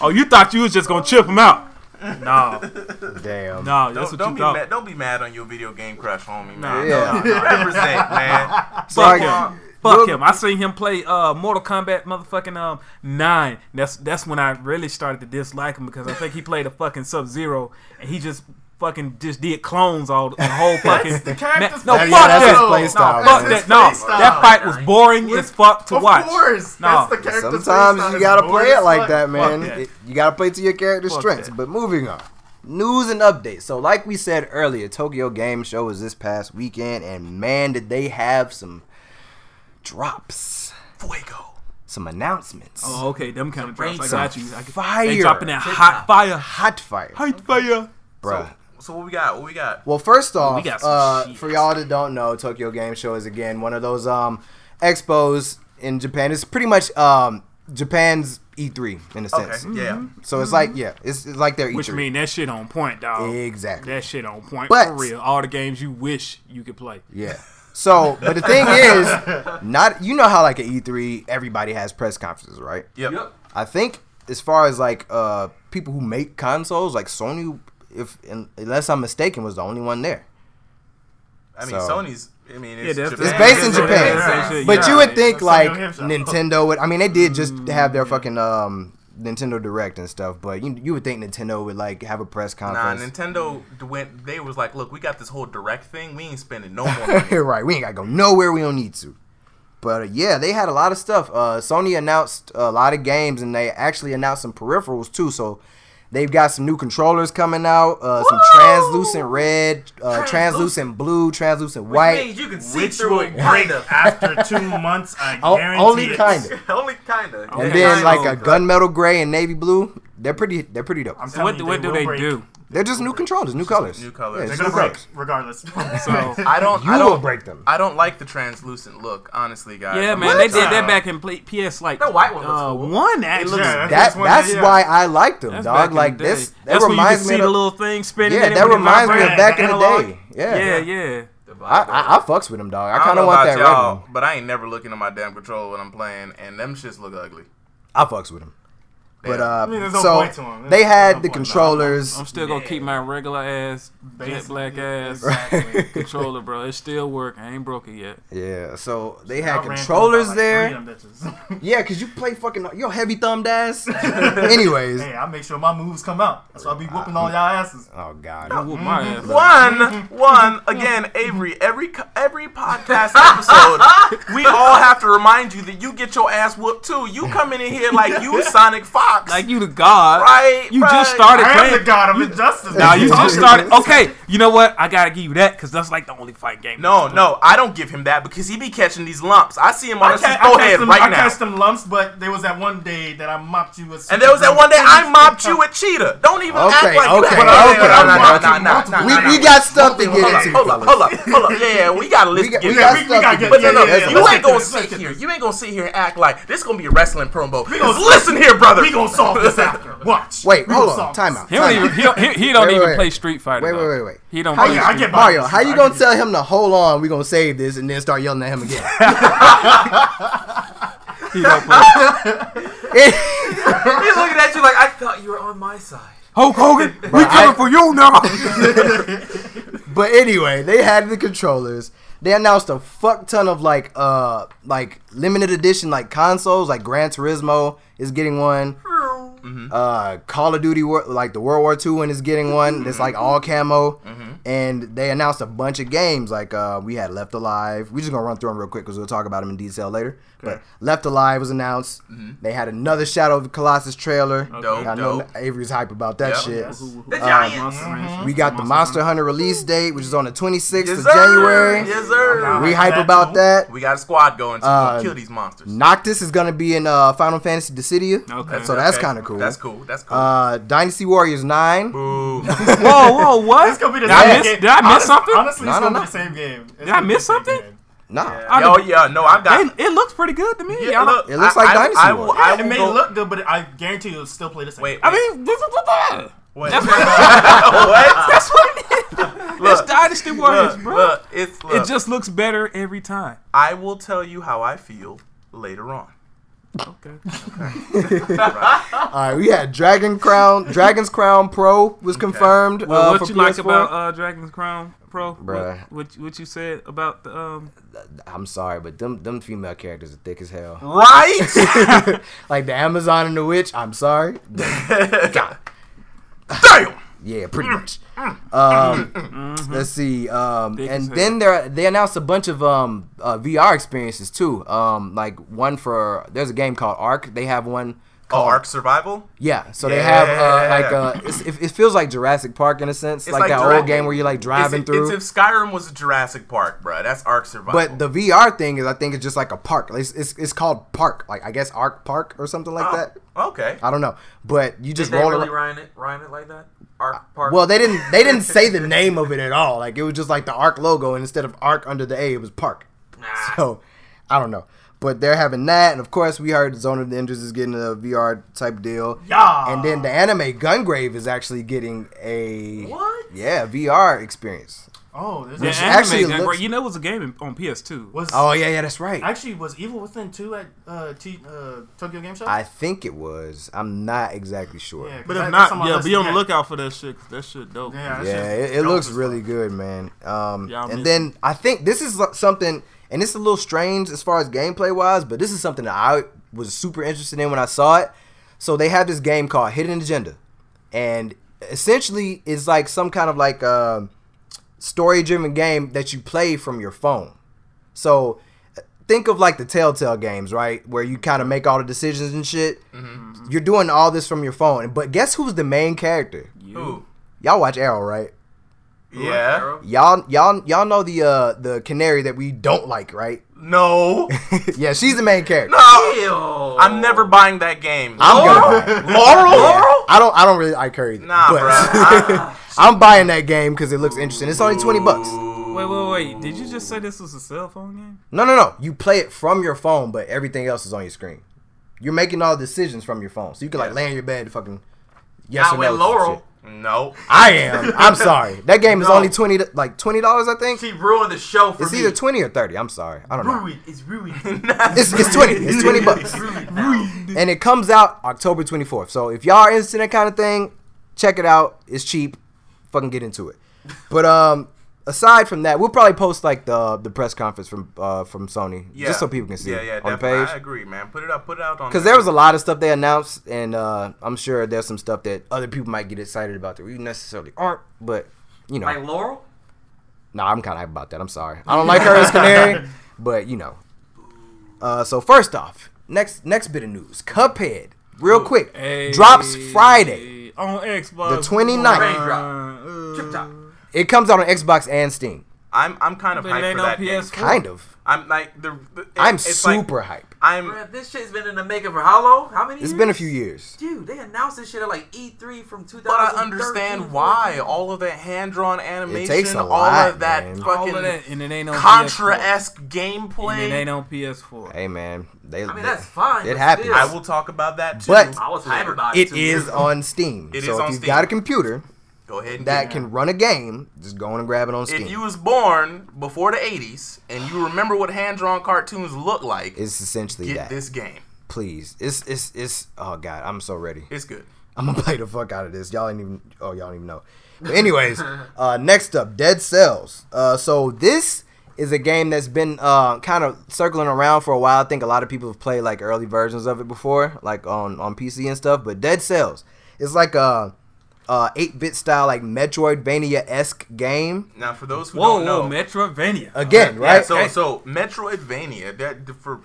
oh, you thought you was just gonna chip him out? No,
Damn.
no, that's what
don't, don't
you
be
thought.
mad. Don't be mad on your video game crush, homie. Man,
Yeah.
represent, man.
Fuck
Like,
him.
Look-
Fuck him. I seen him play uh Mortal Kombat motherfucking um nine. That's that's when I really started to dislike him because I think he played a fucking Sub Zero and he just fucking just did clones all the whole fucking.
the character's
no,
playstyle.
fuck
that's his
that.
play style,
Fuck
man.
that. No,
His playstyle.
that fight was boring as fuck to
of
watch.
course,
No.
that's the character's
Sometimes
playstyle.
you
It's
gotta
boring
play it
as
like
fuck.
that, man.
that.
It- you gotta play to your character's
Fuck
strengths.
that.
But moving on. News and updates. So, like we said earlier, Tokyo Game Show was this past weekend, and man, did they have some drops,
Fuego.
some announcements.
Oh, okay, them kind of drops. I
some
got you. I got,
fire.
they dropping that
Tick
hot
tock.
fire,
hot fire,
hot fire.
bruh.
So what we got? What we got?
Well, first off,
got some
uh,
shit.
for y'all that don't know, Tokyo Game Show is again one of those um expos in Japan. It's pretty much um Japan's E3 in a
Okay.
sense.
Yeah.
So it's like yeah, it's, it's like their E E3.
Which mean that shit on point, dog.
exactly.
That shit on point
But-
for real. All the games you wish you could play.
Yeah. So, but the thing is, not you know how like at E3 everybody has press conferences, right?
Yep.
Yep.
I think as far as like uh people who make consoles, like Sony, if un- unless I'm mistaken, was the only one there.
I mean,
So-
Sony's. I mean, it's,
Yeah, that's-
Japan.
It's based in
Yeah,
Japan,
yeah, yeah, Mm, yeah.
but you would think
Sony
like
himself.
Nintendo would. I mean, they did just have their fucking um Nintendo Direct and stuff, but you you would think Nintendo would like have a press
Nah,
conference.
Nintendo d- went. They was like, "Look, we got this whole direct thing. We ain't spending no more money."
right, we ain't gotta go nowhere. We don't need to. But uh, yeah, they had a lot of stuff. Uh, Sony announced a lot of games, and they actually announced some peripherals too. So they've got some new controllers coming out. Uh, some translucent red, uh, translucent blue, translucent
Which
white.
means you can see
Which
through
will
it,
break
kind of.
after two months. I
O-
guarantee
Oh, only
it.
kind of.
Only kind of.
And
Okay.
then like a
Kinda.
gunmetal gray and navy blue. They're pretty. They're pretty dope.
I'm
So what,
telling you,
what do
will
they
break.
do?
They're just new controllers, new colors.
new colors.
Yeah,
They're
it's
gonna
new
break,
colors.
regardless.
So
I don't.
You
I
will
don't.
break them.
I don't like the translucent look, honestly, guys.
yeah,
I'm
man,
not
they did
trying.
that back in play, PS like
That white one looks
uh,
cool.
one actually.
Yeah,
That,
That's one that-
that's
yeah.
why I like them,
That's back
dog.
in
Like
the day.
this, that
That's when you can
reminds
see
me.
the
Of,
little thing spinning.
yeah,
in it
that
when it
reminds me
vibrates.
vibrated,
of back
the
in the
analog.
day. Yeah,
Yeah, yeah.
I, I, I fucks with them, dog. I
I
kind
don't
of
know
want
about
that red
y'all,
one.
but I ain't never looking at my damn controller when I'm playing, and them shits look ugly.
I fucks with them. But uh,
Yeah.
mean, there's no
so
point to 'em. There's-
they
there's
had
no
the
point.
controllers.
I'm still gonna keep my regular ass, jet black ass
Exactly.
controller, bro. It still work. I ain't broke it yet.
yeah, so they
I
had
ran through
controllers
about, like,
there.
three of them bitches.
Yeah, cause you play fucking your heavy thumbed ass. Anyways,
hey, I make sure my moves come out. That's why I be whooping all y'all asses.
oh god,
I whoop my
Mm-hmm.
ass. out.
One, one again, Avery. Every co- every podcast episode, we all have to remind you that you get your ass whooped too. You coming in here like you Sonic Fox,
Like you the god.
right?
You
right.
just started
I am
playing.
the god of injustice.
Now you just started. Okay, you know what? I gotta give you that because that's like the only fight game.
No, no, I don't give him that because he be catching these lumps. I see him on
I,
his
ca- I, catch
forehead
them,
right
I
now.
catch them lumps, but there was that one day that I mopped you. With
And there was that one day I mopped you at Cheetah. Don't even
Okay,
act like
okay, okay,
you had no, no, no,
okay.
no, no, no, no,
we,
no,
we
no.
got stuff to get
Hold up,
into.
Hold up,
fellas.
hold up, hold up. Yeah, yeah, we got a list.
We got,
to
we
get
got
we- we
stuff
gotta
to
get-
get
But no, no,
Yeah, yeah,
into.
you
let's
ain't
get
gonna
to it, let's
sit
get
here.
to it.
You ain't gonna sit here and act like this gonna be a wrestling promo.
gonna-
Listen here, brother.
We gonna solve this after. Watch.
Wait,
We
hold
gonna
on,
solve
time
this.
out.
He
time
don't even.
out.
He don't, he, he don't
Wait,
even
wait,
play
wait.
Street Fighter.
Wait, wait,
though.
wait, wait.
He don't.
Oh,
play
yeah, I
Street
get
Mario,
by.
how you gonna tell him to hold on? We gonna save this and then start yelling at him again.
He don't play.
He's looking at you like I thought you were on my side.
Hulk Hogan, we
Bruh,
coming
I-
for you now.
But anyway, they had the controllers. They announced a fuck ton of like uh like limited edition like consoles. Like Gran Turismo is getting one.
Mm-hmm.
Uh, Call of Duty wor- like the World War II one is getting one. It's like all camo.
Mm-hmm.
And they announced a bunch of games. Like uh, we had Left Alive. We're just gonna run through them real quick because we'll talk about them in detail later. But Left Alive was announced. They had another Shadow of the Colossus trailer.
Dope,
I know
Mm-hmm. dope.
Avery's hype about that
Yep.
shit.
The Giants.
We got the Mm-hmm. Monster Hunter release date, which is on the 26th
Yes,
of
sir.
January.
Yes, sir.
We
That's
hype
that
about
dope.
that.
We got a squad going to
Uh,
kill these monsters.
Noctis is gonna be in uh, Final Fantasy Dissidia.
Okay.
So that's kinda cool.
That's cool. That's cool.
Uh, Dynasty Warriors Nine.
Boo.
Whoa, whoa, what?
It's gonna be the
Did I
same
miss-
game.
did I miss
Honest-
something?
Honestly,
No,
it's
no,
gonna
no.
be the same game. It's
I
gonna be
miss
the same
something?
game.
Nah,
I
Yo,
didn't-
yeah, no, I've got.
it, it looks pretty good to me.
Yeah,
I don't-
It looks like
I,
Dynasty
I, will,
Warriors.
I will
It may
go-
look good, but I guarantee you'll still play the same.
Wait,
I
wait,
mean, this is what
wait.
That's
what?
that's what it is.
Look,
it's Dynasty Warriors,
Look,
bro.
look, it's, look,
It just looks better every time.
I will tell you how I feel later on.
Okay.
all right. We had Dragon Crown, Dragon's Crown Pro was confirmed.
Well,
uh,
what
for
you like
PS4.
about uh, Dragon's Crown Pro?
Bruh.
What, what you- what you said about the um?
I'm sorry, but them them female characters are thick as hell.
Right?
like the Amazon and the witch. I'm sorry.
God. Damn.
Yeah, pretty
Mm.
much. Um,
Mm-hmm.
Let's see. Um,
Big as
and
hell.
then there they announced a bunch of um, uh, VR experiences too. Um, like one for there's a game called Ark. They have one
Oh,
called
Ark Survival?
Yeah, so they have uh,
Yeah.
like uh, it's, it, it feels like Jurassic Park in a sense,
It's
like,
like
that
Jurassic-
old game where you're like driving
it's,
through.
It's if Skyrim was a Jurassic Park, bruh. That's Ark Survival.
but the VR thing is, I think it's just like a park. It's, it's, it's called Park, like I guess Arc Park or something like
Oh,
that.
Okay.
I don't know, but you
Did
just
they
roll
really
around. Uh,
rhyme it, rhyme it like that? Arc Park.
Well, they didn't they didn't say the name of it at all. Like it was just like the Arc logo, and instead of Arc under the A, it was Park.
Nah.
So I don't know, but they're having that, and of course we heard Zone of the Enders is getting a VR type deal.
Yeah.
And then the anime Gungrave is actually getting a
What?
Yeah, VR experience.
Oh, there's
The
Which
anime
actually
game,
looks-
bro, you know, it was a game in- on PS2.
was
Oh yeah, yeah, that's right.
actually was Evil Within two at uh, T, uh, Tokyo Game Show.
I think it was. I'm not exactly sure. Yeah,
'cause
But if
that-
not,
that's my
yeah,
list.
be on the lookout for that shit. 'cause That shit dope.
Yeah, that's just
it, it
dope
looks
as
really good, man. Um,
Yeah, I miss
and then I think this is lo- something, and it's a little strange as far as gameplay wise, but this is something that I was super interested in when I saw it. So they have this game called Hidden Agenda, and essentially it's like some kind of like uh, story driven game that you play from your phone. So think of like the Telltale games, right? Where you kind of make all the decisions and shit.
Mm-hmm.
You're doing all this from your phone. But guess who's the main character?
Ooh.
Y'all watch Arrow, right?
Yeah.
Arrow?
Y'all y'all y'all know the uh the canary that we don't like, right?
No.
yeah, she's the main character.
No.
Ew.
I'm never buying that game.
I'm gonna buy it.
Laurel? Laurel?
Yeah. I don't I don't really like her either.
Nah,
but
bruh.
I'm buying that game because it looks interesting. It's only 20 bucks.
Wait, wait, wait. Did you just say this was a cell phone game?
No, no, no. You play it from your phone, but everything else is on your screen. You're making all the decisions from your phone. So you can like lay in your bed and fucking yes
Not
or
with
no.
Laurel.
shit.
No.
I am. I'm sorry. That game is
No.
only 20 to- like $20, I think.
She ruined the show for
It's
me.
either 20 or 30. I'm sorry. I don't know.
Ruined. It's ruined.
It's, it's 20. It's 20 bucks.
ruined now.
and it comes out October 24th. So if y'all are interested in that kind of thing, check it out. It's cheap. Fucking get into it. But um, aside from that, we'll probably post like the the press conference from uh from Sony just so people can see
Yeah,
it
yeah,
on the
definitely.
page.
I agree, man. Put it up. Put it out on.
Because there was a lot of stuff they announced, and uh, I'm sure there's some stuff that other people might get excited about that we necessarily aren't. But you know,
Like Laurel?
Nah, I'm kind of hyped about that. I'm sorry. I don't like her as Canary, but you know. Uh, so first off, next next bit of news: Cuphead, real quick, drops Friday.
on Xbox. Uh,
The 29th.
Trip top.
It comes out on Xbox and Steam.
I'm I'm kind of
But it
hyped
ain't
for
on
that game.
PS4.
Kind of.
I'm like the. the it-
I'm
it's
super
Like,
hype.
I'm.
Man, this shit's been in the making for how long? How many
It's
years?
been a few years.
Dude, they announced this shit at like E3 from 2000.
But I understand why all of that hand-drawn animation,
takes a
all
lot,
of that
man.
All
fucking
of that, and it ain't on PS4.
Contra-esque gameplay.
And it ain't on PS4.
Hey man, they.
mean, that's fine,
It
but
happens.
still.
I will talk about that too.
But-
I was hyped about it.
It is on Steam.
It
so
is
if
on
you've
Steam.
got a computer
go ahead and
that
get
can run a game, just go on and grab it on Steam.
If you was born before the '80s and you remember what hand-drawn cartoons look like,
it's essentially
get
that.
this game.
Please, it's it's it's. Oh god, I'm so ready.
It's good.
I'm gonna play the fuck out of this. Y'all ain't even. Oh, y'all don't even know. But anyways, uh, next up, Dead Cells. Uh, so this is a game that's been uh, kind of circling around for a while. I think a lot of people have played like early versions of it before, like on on PC and stuff. But Dead Cells, it's like a eight bit style, like Metroidvania esque game.
Now, for those who
Whoa,
don't know,
whoa, Metrovania.
Again,
Yeah,
right?
so so Metroidvania. That for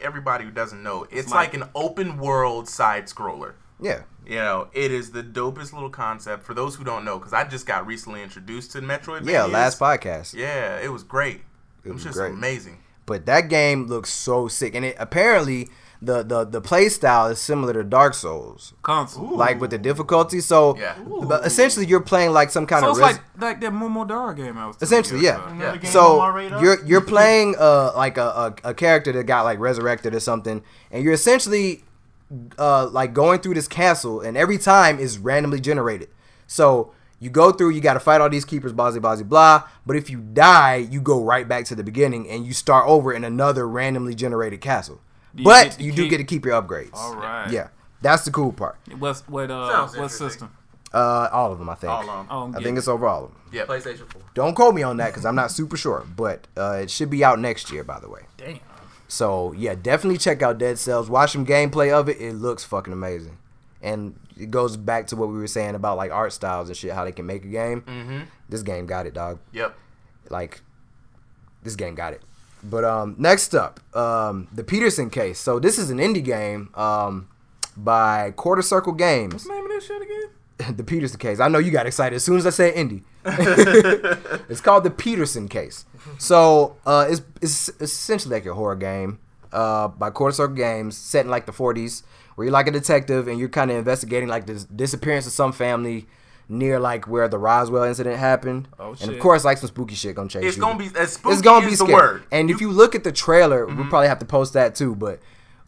everybody who doesn't know, it's, like, an open world side scroller.
yeah.
You know, it is the dopest little concept. For those who don't know, because I just got recently introduced to Metroidvania.
Yeah, last podcast.
Yeah, it was great. It, was,
was
just
great.
amazing.
But that game looks so sick, and it apparently the the the play style is similar to Dark Souls,
Console.
like with the difficulty. So,
Yeah.
but essentially you're playing like some kind
So
of
it's
res-
like like that Momo Dara game I was. telling you
essentially, yeah.
about.
game
Yeah.
on my
So
radar?
you're you're playing uh like a, a, a character that got like resurrected or something, and you're essentially uh like going through this castle, and every time is randomly generated. So you go through, you got to fight all these keepers, blah blah blah blah. But if you die, you go right back to the beginning and you start over in another randomly generated castle.
you get
but
to
you do
keep-
get to keep your upgrades.
All right.
Yeah, that's the cool part.
What's what uh
Sounds
what
interesting.
system?
Uh, all of them, I think.
All on.
Oh,
I
I'm getting-
think it's over all of them.
Yeah.
PlayStation 4.
Don't quote me on that because I'm not super sure, but uh, it should be out next year, by the way. Damn. So yeah, definitely check out Dead Cells. Watch some gameplay of it. It looks fucking amazing, and it goes back to what we were saying about like art styles and shit, how they can make a game. Mm-hmm. This game got it, dog.
Yep.
Like, this game got it. But um, next up, um, the Peterson case. So this is an indie game um, by Quarter Circle Games.
Name of this shit again?
the Peterson case. I know you got excited as soon as I said Indy. it's called the Peterson case. So uh, it's, it's essentially like a horror game uh, by Quarter Circle Games, set in like the 40s, where you're like a detective and you're kind of investigating like the disappearance of some family near like where the Roswell incident happened.
Oh, shit.
And of course, like some spooky shit gonna chase
It's
you
gonna be as spooky
it's gonna be
is
scary.
the word. Mm-hmm.
And if you look at the trailer, we'll probably have to post that too. But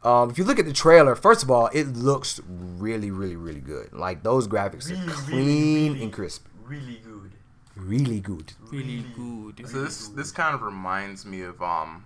um, if you look at the trailer, first of all, it looks really, really, really good. Like those graphics are clean and crisp,
Really good.
really good.
Really good.
So this this kind of reminds me of um,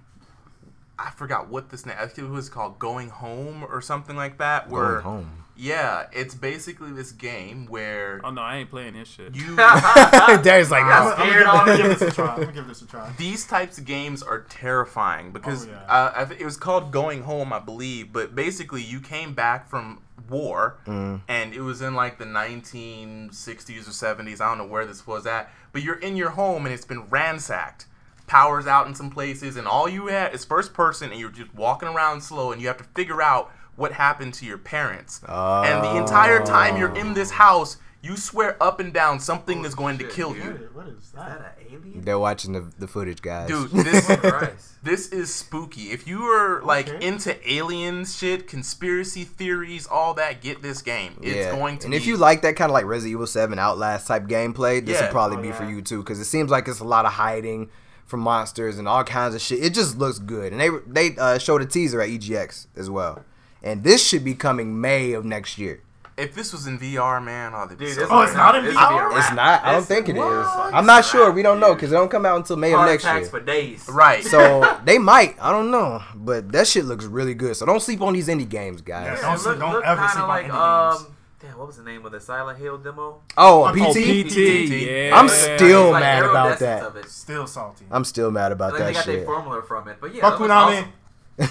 I forgot what this name. I think it was called Going Home or something like that.
Going
Where
home.
yeah, it's basically this game where
Oh no, I ain't playing this shit.
you
Daddy's like,
I'm
"Nah."
scared
I'm gonna
already.
give this a try. I'm gonna give this a try.
these types of games are terrifying because
Oh, yeah.
uh, I thi- it was called Going Home, I believe. But basically, you came back from war, and it was in like the 1960s or 70s. I don't know where this was at, but you're in your home, and it's been ransacked. Powers out in some places, and all you had is first person, and you're just walking around slow, and you have to figure out what happened to your parents. And the entire time you're in this house, you swear up and down something is going to kill you.
What is
Is
that?
that an alien?
They're watching the, the footage, guys.
Dude,
Oh,
this
Christ.
this is spooky. If you are like
Okay.
into alien shit, conspiracy theories, all that, get this game. It's going to.
and
be,
if you like that kind of like Resident Evil 7 Outlast type gameplay, this
Yeah.
would probably
Oh,
be for
yeah.
you too, because it seems like it's a lot of hiding from monsters and all kinds of shit. It just looks good, and they they uh, showed a teaser at EGX as well, and this should be coming May of next year.
if this was in VR, man, oh, they'd be
Dude,
so
this
Oh,
oh,
it's not in
this
VR?
gonna be a
It's
wrap.
not. I don't
This-
think it
What?
is. I'm not sure. We don't know because it don't come out until May of
Heart
next
attacks
year.
for days.
right.
So they might. I don't know, but that shit looks really good. So don't sleep on these indie games, guys.
Yeah.
Yeah,
Don't
it
sleep-
look,
don't
look
ever
kinda
sleep on
like,
any games.
um, damn, what was the name of the Silent Hill demo?
Oh, PT.
Oh,
PT,
PT.
yeah.
I'm still
It's like
mad about
iridescent
that.
Of it.
Still salty.
I'm still mad
I
about
think they
that
got their
shit.
formula from it, but yeah,
Fuck
it looks
Konami.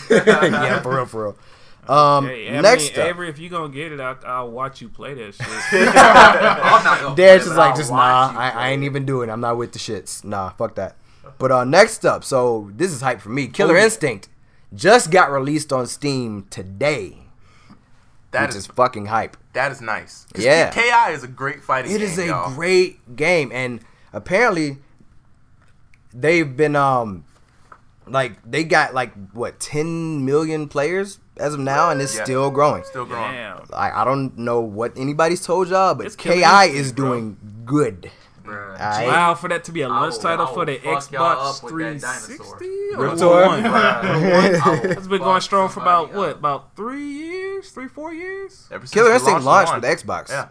awesome.
yeah, for real, for real. Um,
Hey, I
next
mean,
up,
Avery, if you gonna get it, I, I'll watch you play that shit.
I'm not gonna
Dad's
play it,
just
but
like,
I'll
just nah,
watch you
I,
play
I ain't
it.
even doing. it. I'm not with the shits. Nah, fuck that. But uh, next up, so this is hype for me. Killer Instinct just got released on Steam today,
that
which
is
is fucking hype.
that is nice. 'Cause
Yeah.
Ki is a great fighting.
It
game,
is a
y'all.
great game, and apparently they've been um like they got like what 10 million players as of now, and it's
Yeah.
still growing.
Still growing.
Damn.
I, I don't know what anybody's told y'all, but
It's
Ki
Killer
is
Instinct, bro.
doing good.
Bruh.
Alright.
Wow, for that to be a
I
lunch
will-
title
I
for the
will fuck y'all
Xbox
up with that
360 or
dinosaur.
the
Raptor.
one.
Bruh. I will
It's been
fuck
going strong for
somebody
about what?
up.
About three years, three four years.
Ever since
Killer
they
Instinct
launched
launched with
the
the
one.
Xbox.
Yeah.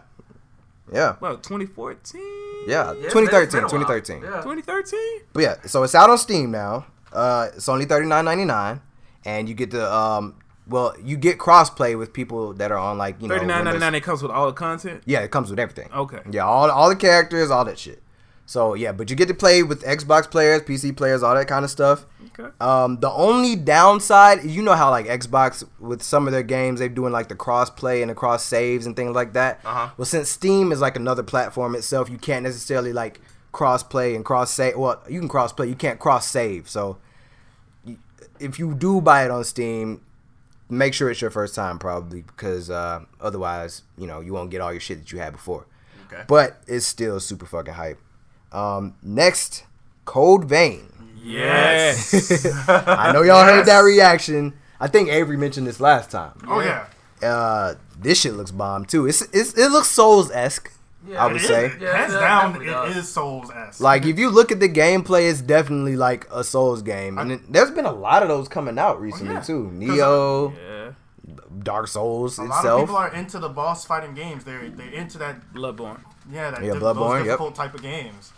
Yeah.
Well, 2014.
Yeah.
Yeah, it's been- it's
2013.
been a while.
2013.
Yeah.
2013.
But yeah, so it's out on Steam now. Uh, it's only $39.99. And you get the um, Well, you get crossplay with people that are on like you know.
Thirty nine ninety
Windows-
nine. It comes with all the content.
Yeah, it comes with everything.
Oh.
Okay.
Yeah, all all the characters, all that shit. So yeah, but you get to play with Xbox players, PC players, all that kind of stuff.
Okay.
Um, the only downside, you know how like Xbox with some of their games they're doing like the cross play and the cross saves and things like that.
Uh-huh.
Well, since Steam is like another platform itself, you can't necessarily like cross play and cross save. Well, you can cross play, you can't cross save. So you- if you do buy it on Steam, make sure it's your first time probably because uh, otherwise, you know, you won't get all your shit that you had before.
Okay.
But it's still super fucking hype. Um, next, Cold Vein.
Yes.
I know y'all heard that reaction. I think Avery mentioned this last time.
Oh yeah.
Uh, this shit looks bomb too. It's, it's it looks Souls esque.
Yeah,
I would
It
it
is-
is.
say.
Yeah,
hands
that
down,
definitely
it
does.
is Souls ass.
Like if you look at the gameplay, it's definitely like a Souls game, and it, there's been a lot of those coming out recently
Oh, yeah.
too. Neo,
yeah.
Dark Souls
a lot of
itself.
people are into the boss fighting games. They're they're into that
Bloodborne.
yeah that
Yeah,
diff-
Bloodborne, yep.
those difficult type of games.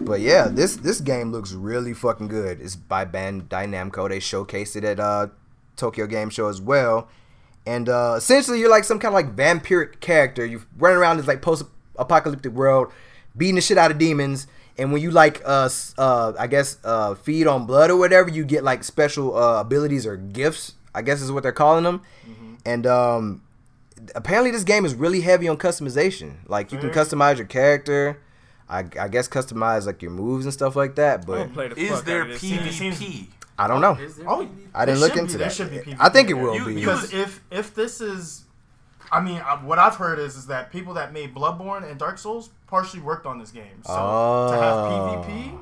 But yeah, this this game looks really fucking good. It's by Bandai Namco. They showcased it at uh Tokyo Game Show as well. And uh essentially you're like some kind of like vampiric character. You run around this like post apocalyptic world, beating the shit out of demons. And when you like uh s- uh I guess uh feed on blood or whatever, you get like special uh, abilities or gifts, I guess is what they're calling them. And um apparently this game is really heavy on customization. Like you can customize your character, I, I guess customize like your moves and stuff like that.
I'm
But
gonna play the
Is
fuck
there
out of this.
PvP?
I don't know.
Is there
Oh,
PvP?
I didn't
There
look
should
into
be- there
that.
should be PvP
I think it
there.
will
You-
be.
you-
Because if if this is, I mean, I, what I've heard is is that people that made Bloodborne and Dark Souls partially worked on this game. So to
Oh.
have PvP,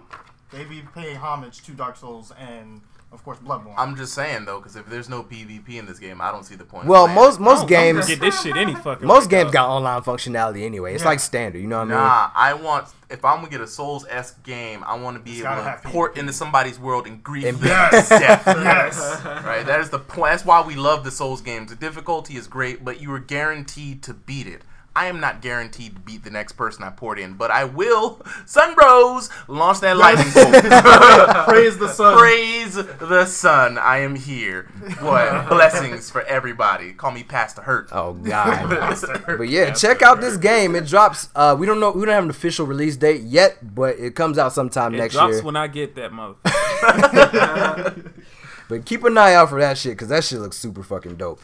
they be paying homage to Dark Souls and of course Bloodborne.
I'm just saying though, because if there's no PvP in this game, I don't see the point. of
well,
playing.
most most
Oh, I'm gonna
games
get this shit any fucking.
most
way,
games
though.
got online functionality anyway. It's
Yeah.
like standard. You know what I mean?
Nah, I want if I'm gonna get a Souls esque game, I want to be
It's
able
gotta
to
have
port into somebody's world and grief
And
them to
Yes.
death.
yes.
Right, that is the point. That's why we love the Souls games. The difficulty is great, but you are guaranteed to beat it. I am not guaranteed to beat the next person I poured in, but I will. Sun Bros, launch that lightning bolt.
Praise the sun.
Praise the sun. I am here. What blessings for everybody. Call me Pastor Hurt.
Oh god. but yeah, check out this game. It drops. Uh, we don't know. We don't have an official release date yet, but it comes out sometime
It
next
drops
year.
when I get that motherfucker.
But keep an eye out for that shit because that shit looks super fucking dope.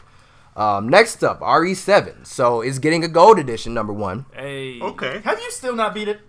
Um, next up, RE7. So it's getting a gold edition, number one.
hey.
Have you still not beat it?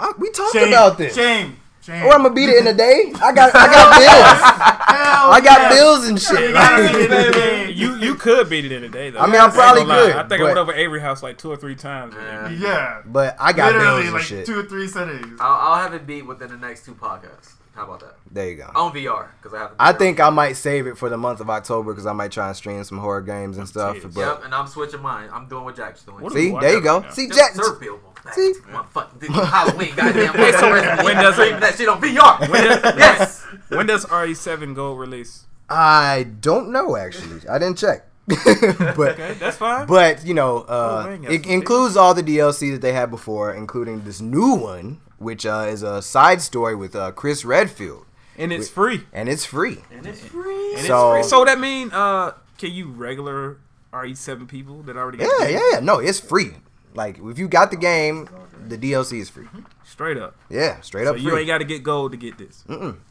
Uh, we talked about this.
Shame. Shame.
Or I'm gonna beat it in a day. I got I got bills.
Hell
I got
yeah.
bills and
You
shit.
gotta beat it, baby.
You you could beat it in a day though.
I mean, I probably
ain't gonna lie.
could,
I
but-
think I went over Avery house like two or three times. with Avery.
Yeah.
but I got bills
Literally
and
like
shit.
two or three cities.
I'll, I'll have it beat within the next two podcasts. How about that?
There you go.
On VR because I have. the
I
VR.
think I might save it for the month of October because I might try and stream some horror games and stuff.
serious.
But
Yep, and I'm switching mine. I'm doing what Jack's doing.
What
see,
Ooh, I
there you go.
got it now.
See,
Just
Jack.
serve people.
See?
my fucking dude, Halloween, goddamn. Wait, so when
does
does
it-
that shit on VR?
When does-
yes.
When does RE7 go release?
I don't know actually. I didn't check. but
Okay, that's fine.
But you know,
Oh,
uh,
man,
it
yes,
includes all the DLC that they had before, including this new one, which uh, is a side story with uh, Chris Redfield,
and it's free.
and it's free.
And it's free.
And
So-
it's free. So that mean uh, can you regular RE7 people that already got the
Yeah,
game?
yeah, yeah. No, it's free. Like if you got the game, the DLC is free.
straight up.
Yeah, straight
Mm-hmm. So
up
you ain't
free.
got to get gold to get this.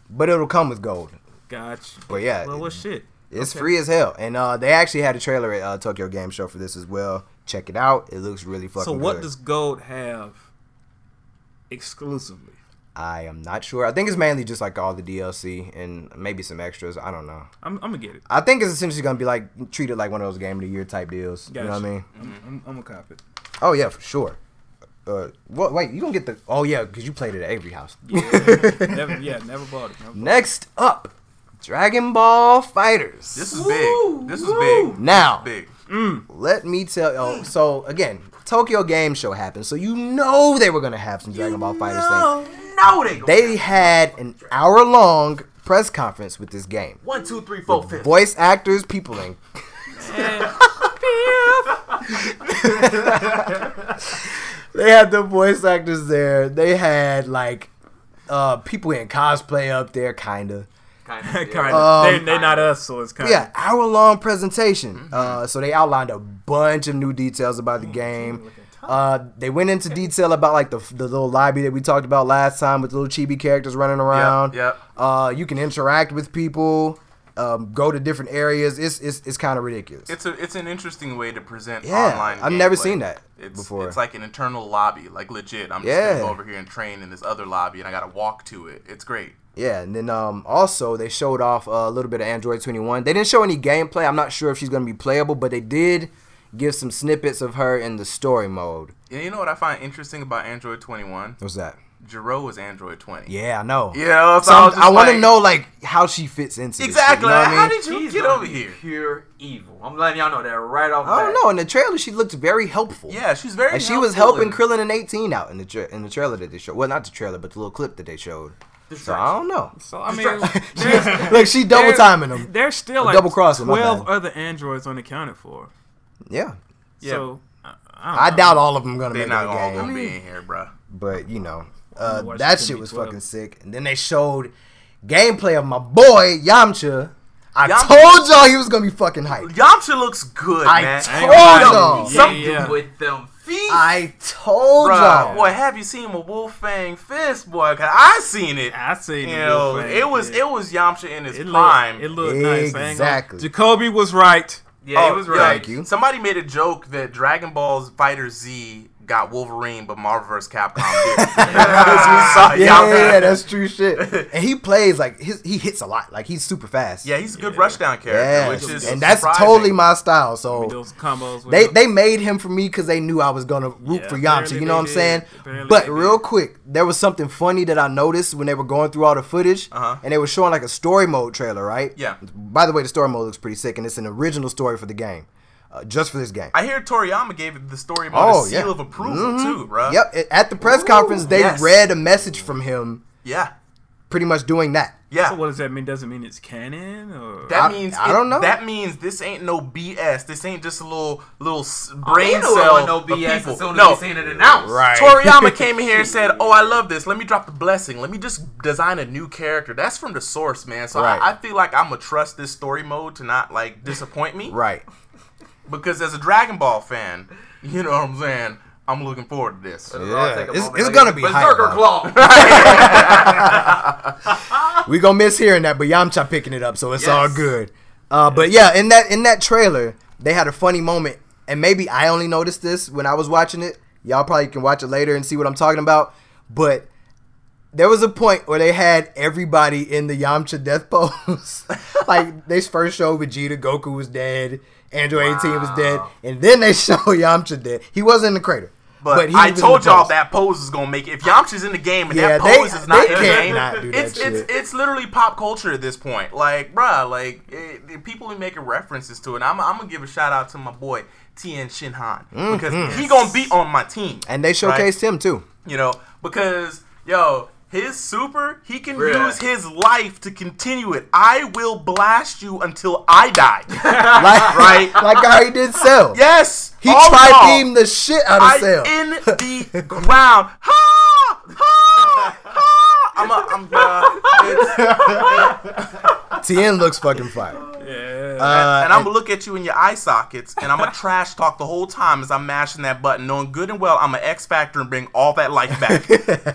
But it'll come with gold.
Gotcha.
But yeah,
Well, what
it-
shit?
it's
okay.
free as hell. And uh, they actually had a trailer at uh, Tokyo Game Show for this as well. Check it out. It looks really fucking.
So what
good.
does gold have exclusively?
I am not sure. I think it's mainly just like all the DLC and maybe some extras. I don't know.
I'm, I'm gonna get it.
I think it's essentially gonna be like treated like one of those game of the year type deals. You know what I
Gotcha.
mean?
I'm, I'm, I'm gonna cop it.
Oh yeah, for sure. Uh, what? Wait, you gonna get the? Oh yeah, because you played it at Avery House.
Never, yeah, never bought it. Never bought
Next up, Dragon Ball Fighters.
This is big. This is big.
now,
Big.
let me tell. Oh, so again, Tokyo Game Show happened, so you know they were gonna have some Dragon Ball Fighters thing.
No, they. go.
They had an hour long press conference with this game.
One, two, three, four, fifth.
Voice actors, people, and they had the voice actors there. They had like uh people in cosplay up there, kinda.
kind of.
kind of.
Um,
they, they're not us, so it's kind
Yeah, hour long presentation. Uh, so they outlined a bunch of new details about the game. Uh, they went into detail about like the, the little lobby that we talked about last time with little chibi characters running around.
yep.
Uh, you can interact with people, um, go to different areas. It's it's, it's kind of ridiculous.
It's a it's an interesting way to present
Yeah,
online.
I've never
gameplay.
seen that
it's,
before.
It's like an internal lobby, like legit. I'm
Yeah.
just gonna go over here and train in this other lobby, and I gotta walk to it. It's great.
yeah, and then um, also they showed off a little bit of Android 21. They didn't show any gameplay. I'm not sure if she's gonna be playable, but they did give some snippets of her in the story mode.
And you know what I find interesting about Android 21?
What's that?
Jiro was Android 20.
Yeah, I know.
Yeah, so
So
I,
I'm-
was
I,
just
want to
like,
know like how she fits into this shit,
exactly.
you know
like,
what I
How
mean?
did you
He's
get
gonna
over
be
here?
Pure evil. I'm letting y'all know that right off.
I
bat.
don't know. In the trailer, she looked very helpful.
Yeah, she's very.
and she was
helpful
helping
and-
Krillin and 18 out in the tra- in the trailer that they showed. Well, not the trailer, but the little clip that they showed. So I don't know.
of. So I mean,
Look, she double
There-
timing them.
there's still
Or
like
double cross him, my
twelve
bad.
other androids unaccounted for.
Yeah,
So I,
I
I, don't know.
doubt all of them gonna
They're
make
not
not
all
the
gonna
game,
be in here, bruh.
but you know,
I
uh,
don't know why she
that
couldn't
shit
be
was
12.
fucking sick. And then they showed gameplay of my boy Yamcha. I
Yamcha-
told y'all he was gonna be fucking hype.
Yamcha looks good,
I
man.
told
ain't gonna lie.
y'all.
Yeah,
Something
yeah.
with them feet.
I told
Bruh,
y'all.
boy, have you seen a Wolfang Fist, boy? Cause I seen it.
I see.
You
the
know,
wolf thing,
it was
yeah.
it was Yamcha in his
It
prime.
looked, it looked nice. I ain't gonna-
Exactly.
Jacoby was right.
yeah, he
Oh,
was
yeah.
right.
Thank you.
Somebody made a joke that Dragon Ball's Fighter Z got Wolverine, but Marvel vs. Capcom did. yeah,
Ah, Yeah, yeah, yeah, that's true shit. And he plays like his, he hits a lot. Like he's super fast.
yeah, he's a good rushdown character,
Yeah,
which is
and that's
surprising.
totally my style. So
Those combos. with
Oh. they
the-
they made him for me because they knew I was gonna root
Yeah,
for Yamcha.
apparently
You know
they
what I'm
did.
saying?
Apparently
but
they
real
did.
quick, there was something funny that I noticed when they were going through all the footage,
Uh-huh.
and they were showing like a story mode trailer, right?
Yeah.
By the way, the story mode looks pretty sick, and it's an original story for the game, uh, just for this game.
I hear Toriyama gave it the story about
Oh,
a seal
yeah.
of approval too, bruh.
yep. it- at the press conference, they
yes.
read a message from him,
Yeah.
pretty much doing that.
Yeah.
So what does that mean? Doesn't mean it's canon or
That
I-
means
I don't know.
That means this ain't no BS. This ain't just a little little s- brain
you Oh, know it
cell
wasn't no
of
BS
people.
as soon as
no,
we seen it announced.
Right.
Toriyama came in here and said, "Oh, I love this. Let me drop the blessing. Let me just design a new character." That's from the source, man. So
Right.
I, I feel like I'm gonna trust this story mode to not like disappoint me.
Right.
Because as a Dragon Ball fan, you know what I'm saying. I'm looking forward to this.
So I'll
Yeah,
take a
it's-
moment.
it's
Like,
gonna be
Berserker
hype,
Claw.
we gonna miss hearing that, but Yamcha picking it up, so it's all
Yes.
good. Uh, But yeah, in that in that trailer, they had a funny moment, and maybe I only noticed this when I was watching it. Y'all probably can watch it later and see what I'm talking about. But there was a point where they had everybody in the Yamcha death pose. like they first showed Vegeta, Goku was dead, Android 18 was dead, and then they show Yamcha dead. He wasn't in the crater,
But,
he was
I
in the
told y'all
pose.
that pose is gonna make it. If Yamcha's in the game and
Yeah,
that
they-
pose is not
they
in the
can't
game,
not do that
it's it's
shit.
it's literally pop culture at this point. Like, bruh, like it, it- people who making references to it. I'm, I'm gonna give a shout out to my boy Tien Shinhan because he gonna be on my team.
Mm-hmm. And they showcased
right?
him too.
You know, because yo, his super, he can
Yeah.
use his life to continue it. I will blast you until I die.
Like,
Right.
Like how he did sell.
yes,
He
all
tried
y'all.
beam the shit out
Oh, I
of Cell.
in the ground. Ha! Ha! Ha! I'm a, I'm uh, it's-
Tien looks fucking fire.
yeah.
Uh,
and I'm gonna look at you in your eye sockets, and I'm gonna trash talk the whole time as I'm mashing that button, knowing good and well I'm an X Factor and bring all that life back.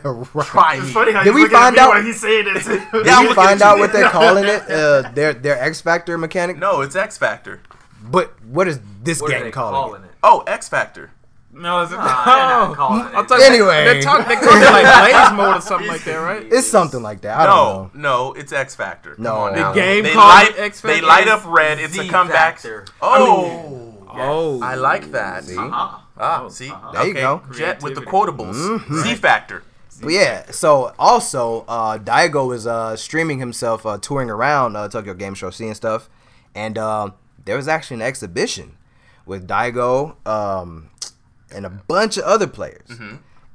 right.
Try me.
Funny how
Did
he's
we
looking at
find
me
out-
while he's saying it. too.
Yeah, I'm
Did you
looking
find
at
out
you.
what they're calling it? Uh, their their X Factor mechanic.
No, it's X Factor.
But what is this
What are
game
they
calling,
calling
it?
it?
Oh, X Factor.
no, Oh. it's
Nah, they're
no.
not calling it.
I thought
Anyway.
they, they talk, they call it like blaze mode or something like that, right?
It's something like that. I
No,
don't know.
no, it's X Factor. Come
No.
on
The
now.
game
they
called
light,
X
They
Factor?
light up red. It's a
Z
comeback.
Factor.
Oh,
Oh,
I like that.
Uh-huh.
Ah, see,
There you
Okay,
go. Mm-hmm.
Jet with the
Creativity.
quotables. Z Factor.
But yeah. So also, uh, Daigo is uh, streaming himself uh, touring around uh, Tokyo Game Show, seeing stuff, and um, there was actually an exhibition with Daigo um, and a bunch of other players.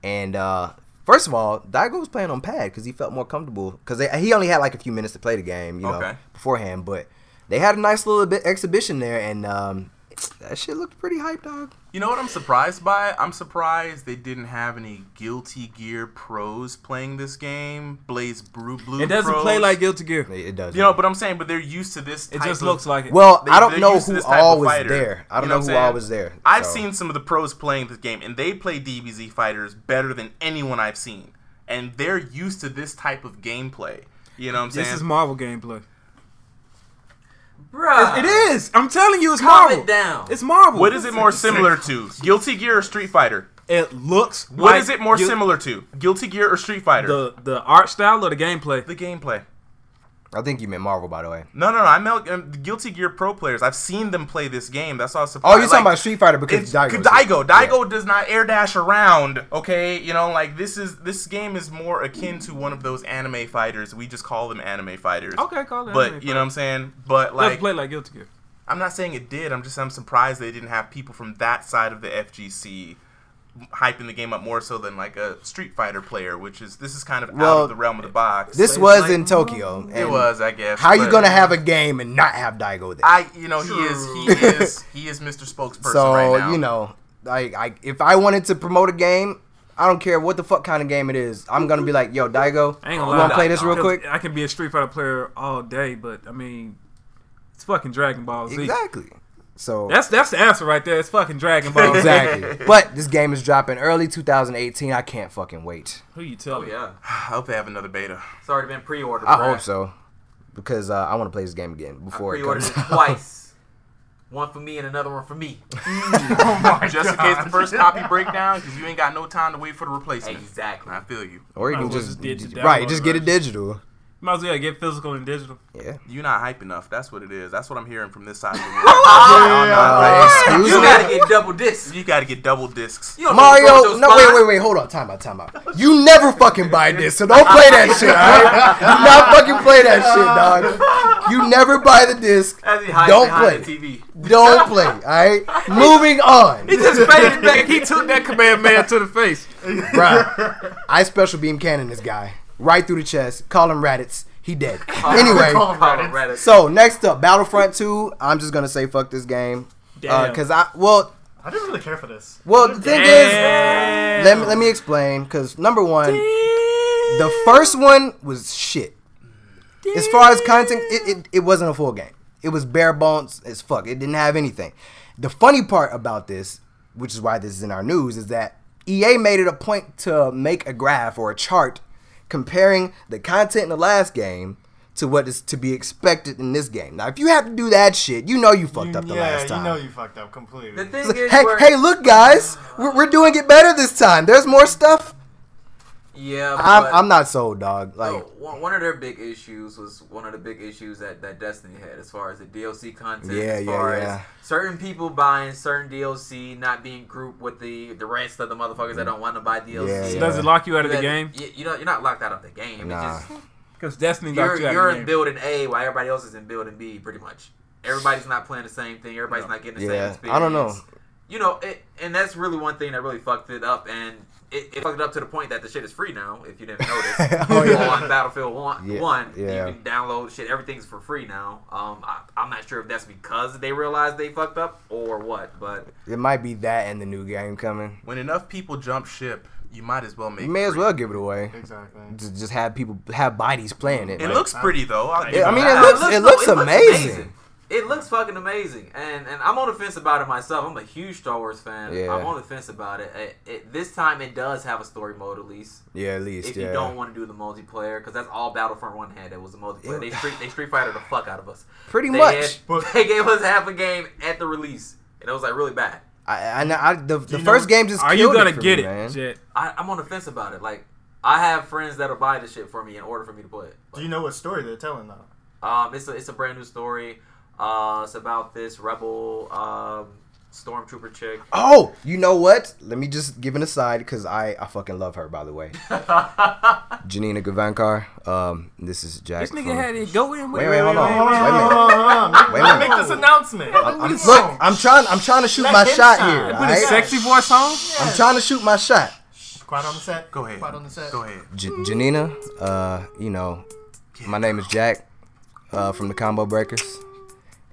And uh, first of all, Daigo was playing on pad because he felt more comfortable because he only had like a few minutes to play the game, you know,
Okay.
beforehand. But they had a nice little bit exhibition there, and um, that shit looked pretty hype, dog.
You know what I'm surprised by? I'm surprised they didn't have any Guilty Gear pros playing this game. Blaze Brew Blue.
It doesn't
pros.
play like Guilty Gear.
It, it does.
You know, but I'm saying, but they're used to this.
It
type
just
of-
looks like it.
well,
they-
I don't
they're
know
used to
who
this type of
all was
fighter.
there. I don't
You know
know, who
what I'm
all
saying?
was there.
I've
so.
seen some of the pros playing this game, and they play DBZ fighters better than anyone I've seen, and they're used to this type of gameplay. You know what I'm
This
saying?
is Marvel gameplay.
Bruh.
It is. I'm telling you, it's
Calm
Marvel.
it down.
It's Marvel.
what is it more similar to? Guilty Gear or Street Fighter?
It looks.
What
like
is it more
Guil-
similar to? Guilty Gear or Street Fighter?
The the art style or the gameplay?
the gameplay.
I think you meant Marvel, by the way.
No, no, no. I meant um, the Guilty Gear pro players. I've seen them play this game. That's all.
Oh, you're talking about Street Fighter because
It's,
Daigo.
Daigo, Daigo does not air dash around. Okay, you know, like this is this game is more akin to one of those anime fighters. We just call them anime fighters.
Okay, call it.
but
anime
you
fighter.
know what I'm saying. But
Let's
like,
play like Guilty Gear.
I'm not saying it did. I'm just I'm surprised they didn't have people from that side of the FGC hyping the game up more so than like a Street Fighter player, which is this is kind of out
Well,
of the realm of the box.
This
It's
was
like-
in Tokyo. And
it was, I guess.
How you
but-
gonna have a game and not have Daigo there?
I you know he is he is he is Mr. Spokesperson
so
right now.
you know, like I, if I wanted to promote a game, I don't care what the fuck kind of game it is. I'm gonna be like, yo, Daigo,
I ain't
you
gonna lie.
wanna play this real
Because
quick?
I can be a Street Fighter player all day, but I mean, it's fucking Dragon Ball Z.
Exactly. So
That's that's the answer right there. It's fucking Dragon Ball Z.
exactly. but this game is dropping early 2018. I can't fucking wait.
Who you
Oh,
telling?
yeah.
I hope they have another beta.
It's already been pre ordered.
I hope so because uh, I want to play this game again before
Pre
it
ordered
comes.
it
out.
twice. One for me and another one for me.
Oh
Just in case the first copy breakdown, because you ain't got no time to wait for the replacement.
exactly.
I feel you.
Or you
Might
can
as well
just,
just get the
right,
download
just get it digital.
Might as well get physical and digital.
Yeah.
You not hype enough. That's what it is. That's what I'm hearing from this side of the world.
Uh, excuse
You
me.
gotta get double disc.
You gotta get double discs.
You don't know what's
Mario,
on
no,
those
wait,
spines.
wait, wait, hold on, time out, time out. You never fucking buy this, so don't play that shit. All right? Do not fucking play that shit, dog. You never buy the disc.
As he hides
Don't
behind
play.
the TV.
Don't play. All right. Moving on,
Just faded back. He took that command man to the face.
Bruh. I special beam cannon this guy right through the chest. Call him Raditz. he dead.
Call
Anyway,
him
Colorado.
Raditz.
so next up, Battlefront Two. I'm just gonna say fuck this game
Damn.
because I well
I didn't really care for this.
well the thing
Damn.
is let me let me explain because number one. The first one was shit. As far as content, it, it, it wasn't a full game. It was bare bones as fuck. It didn't have anything. The funny part about this, which is why this is in our news, is that EA made it a point to make a graph or a chart comparing the content in the last game to what is to be expected in this game. Now, if you have to do that shit, you know you fucked up the
Mm, yeah,
last time.
you know you fucked up completely.
The thing
It's like,
is,
hey,
where-
hey, look, guys, we're, we're doing it better this time. There's more stuff.
yeah,
I'm,
but-
I'm not sold, dog. Like,
So, Oh, one one of their big issues was one of the big issues that, that Destiny had as far as the DLC content.
Yeah,
as
yeah,
far
yeah.
As certain people buying certain DLC, not being grouped with the, the rest of the motherfuckers that don't want to buy DLC.
Yeah, yeah.
Does it lock you out of the
That-
game?
You, you know, you're not locked out of the game.
Nah.
It's just
Because Destiny
you're
locked you out
you're
of the game.
in building A while everybody else is in building B, pretty much. Everybody's not playing the same thing. Everybody's not getting the same
Yeah,
experience.
I don't know.
You know, it, and that's really one thing that really fucked it up, and it, it fucked it up to the point that the shit is free now. If you didn't notice,
Oh, yeah.
on Battlefield One,
Yeah,
one
yeah.
you can download shit. Everything's for free now. Um, I, I'm not sure if that's because they realized they fucked up or what, but
It might be that and the new game coming.
When enough people jump ship, you might as well make.
You may
it
as
free.
well give it away.
exactly.
Just, just have people have bodies playing it.
It
like-
looks pretty though. I'll give
Yeah, I
you
mean,
that.
it
Nah,
looks it looks
no,
amazing.
It looks fucking amazing, and and I'm on the fence about it myself. I'm a huge Star Wars fan.
Yeah.
I'm on the fence about it. It, it. This time it does have a story mode at least.
Yeah, at least
If
yeah.
you don't want to do the multiplayer, because that's all Battlefront One had. It was a multiplayer.
Ew.
They street they Street Fighter the fuck out of us.
Pretty
They
much.
had- they gave us half a game at the release, and it was like really bad.
I, I, know- I the, the
know-
first game just
Are
killed
you gonna
it for
get
me,
it,
man.
Jet?
I, I'm on the fence about it. Like, I have friends that'll buy the shit for me in order for me to play it.
Do you know what story they're telling though?
Um, it's a it's a brand new story. Uh, it's about this rebel um, stormtrooper chick.
Oh, you know what? Let me just give an aside because I I fucking love her by the way. Janina Gavankar. Um, this is Jack.
This nigga
from-
had it go in with
Wait, wait, hold on.
Hold
Wait
on,
a minute.
hold on, hold on.
Wait a
Let me
minute.
Make this announcement.
I'm, look, I'm trying. I'm trying to shoot
Let
my
him
shot
shine.
here.
With
All
his
a
right?
sexy voice song.
I'm trying to shoot my shot.
Quiet on the set.
Go ahead.
Quiet on the set.
Go ahead.
J- Janina, uh, you know, my name is Jack uh, from the Combo Breakers,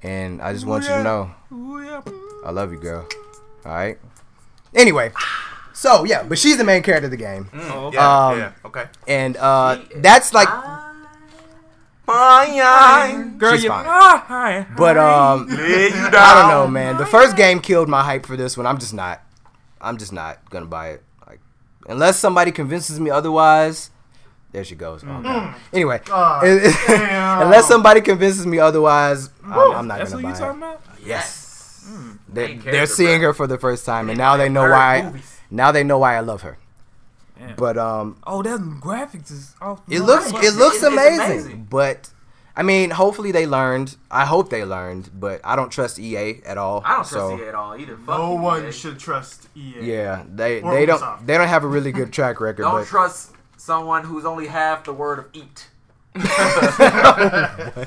and I just want you to know
Ooh, yeah.
I love you, girl. All right. Anyway, so yeah, but she's the main character of the game,
Oh, yeah,
Um,
yeah, okay.
and uh, that's like,
Girl,
She's
you
fine.
Ah, hi.
but um,
Lay you down.
I don't
Um,
know, man. The first game killed my hype for this one. I'm just not. I'm just not gonna buy it. Like, unless somebody convinces me otherwise. There she goes. Oh,
Mm.
God. Anyway,
Ah,
unless somebody convinces me otherwise, I'm, I'm not
That's
gonna buy
what you
it.
talking about?
Yes.
Main
They,
character,
they're seeing
bro.
her for the first time, and
And
now they
in
know
her
why.
movies.
Now they know why I love her.
Yeah.
But um,
Oh, that graphics is off. the
it looks
motherfucker.
Right.
it looks
It's- it's
amazing,
amazing.
But I mean, hopefully they learned. I hope they learned. But I don't trust EA at all.
I don't
so,
trust E EA at all either. Fuck
no
you,
one
EA.
should trust E EA.
Yeah, they
Or
they don't
Ubisoft.
they don't have a really good track record.
Don't
but
trust someone who's only half the word of eat.
I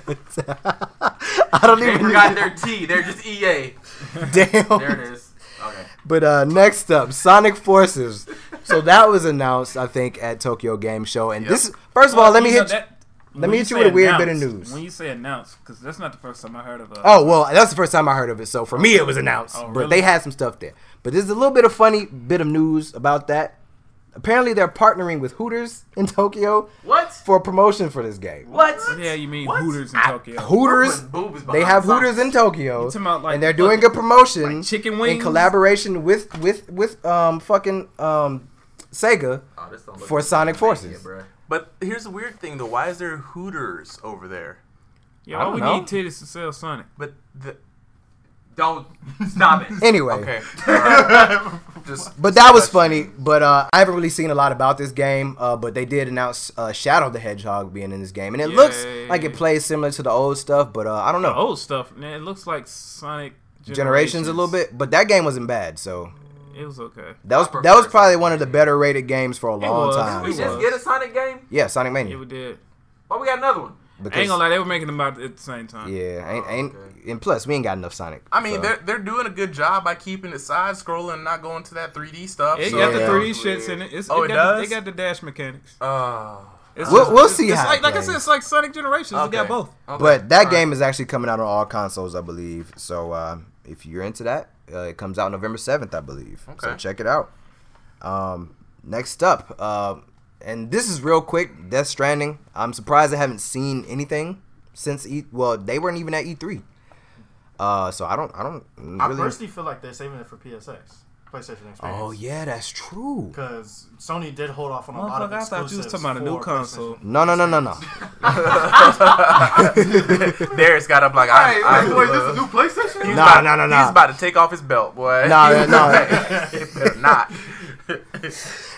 don't
They
even
forgot their T. They're just EA.
damn.
There it is. Okay.
But uh, next up, Sonic Forces. So that was announced, I think, at Tokyo Game Show. And this, first of all, let me
You know
hit. you.
that-
let
when
me
you
hit you
say
with a weird bit of
announced-
news.
When you say announced, because that's not the first time I heard of. Uh,
Oh well, that's the first time I heard of it. So for me, it was announced,
Oh,
but
really?
they had some stuff there. But there's a little bit of funny bit of news about that. Apparently, they're partnering with Hooters in Tokyo
What?
for promotion for this game.
What?
Yeah, you mean
What?
Hooters in Tokyo?
Hooters,
We're putting boobs
they
behind
have
socks.
Hooters in Tokyo,
Uh, You talking about, like,
and they're doing a
fucking-
promotion,
like chicken
in
wings?
collaboration with with with um fucking um Sega.
Oh, this don't look
For
good.
Sonic
Yeah,
Forces.
bruh.
But here's the weird thing, though. Why is there Hooters over there?
Yeah,
I
all we
don't
need titties to sell Sonic.
But the
Don't stop it.
Anyway,
okay, all right. just
But that was funny. But uh, I haven't really seen a lot about this game. Uh, but they did announce uh, Shadow the Hedgehog being in this game, and it looks
Yay.
like it plays similar to the old stuff. But uh, I don't know
The old stuff, man. It looks like Sonic
generations a little bit. But that game wasn't bad. So
It was okay.
that was
I prefer
that was probably
Sonic.
one of the better rated games for a long
was.
time.
We
It
just
was.
get a Sonic game.
Yeah, Sonic
It
Mania.
was dead.
Why we got another one?
I ain't gonna lie, they were making them out at the same time.
yeah, ain't, ain't
Oh, okay.
and plus we ain't got enough Sonic.
I mean,
so.
they're they're doing a good job by keeping it side scrolling and not going to that 3D stuff.
It
so-
got the
Yeah.
3D shits in it. It's,
Oh,
it,
it
got the-
does?
it got the dash mechanics.
Oh.
It's
We'll-
just-
we'll
it's-
see
it's
how it
like, like I
plays.
said, it's like Sonic Generations. It
Okay.
got both.
Okay.
But that
All
game is actually coming out on all consoles, I believe. So uh, if you're into that, uh, it comes out November seventh, I believe. So
Okay.
check it out. Um, next up, uh, and this is real quick. Death Stranding. I'm surprised I haven't seen anything since E. Well, they weren't even at E3. Uh, so I don't, I don't
I
really.
personally feel like they're saving it for PSX, PlayStation Experience.
Oh yeah, that's true.
Because Sony did hold off on a lot of
Motherfucker, I thought you was
exclusives
talking about a new
for
console.
No, no, no, no, no.
There's got up like I. I
PlayStation. Wait, this is new PlayStation?
He's
Nah,
about-
nah, nah, nah.
He's about to take off his belt, boy.
Nah, nah, nah.
It better not.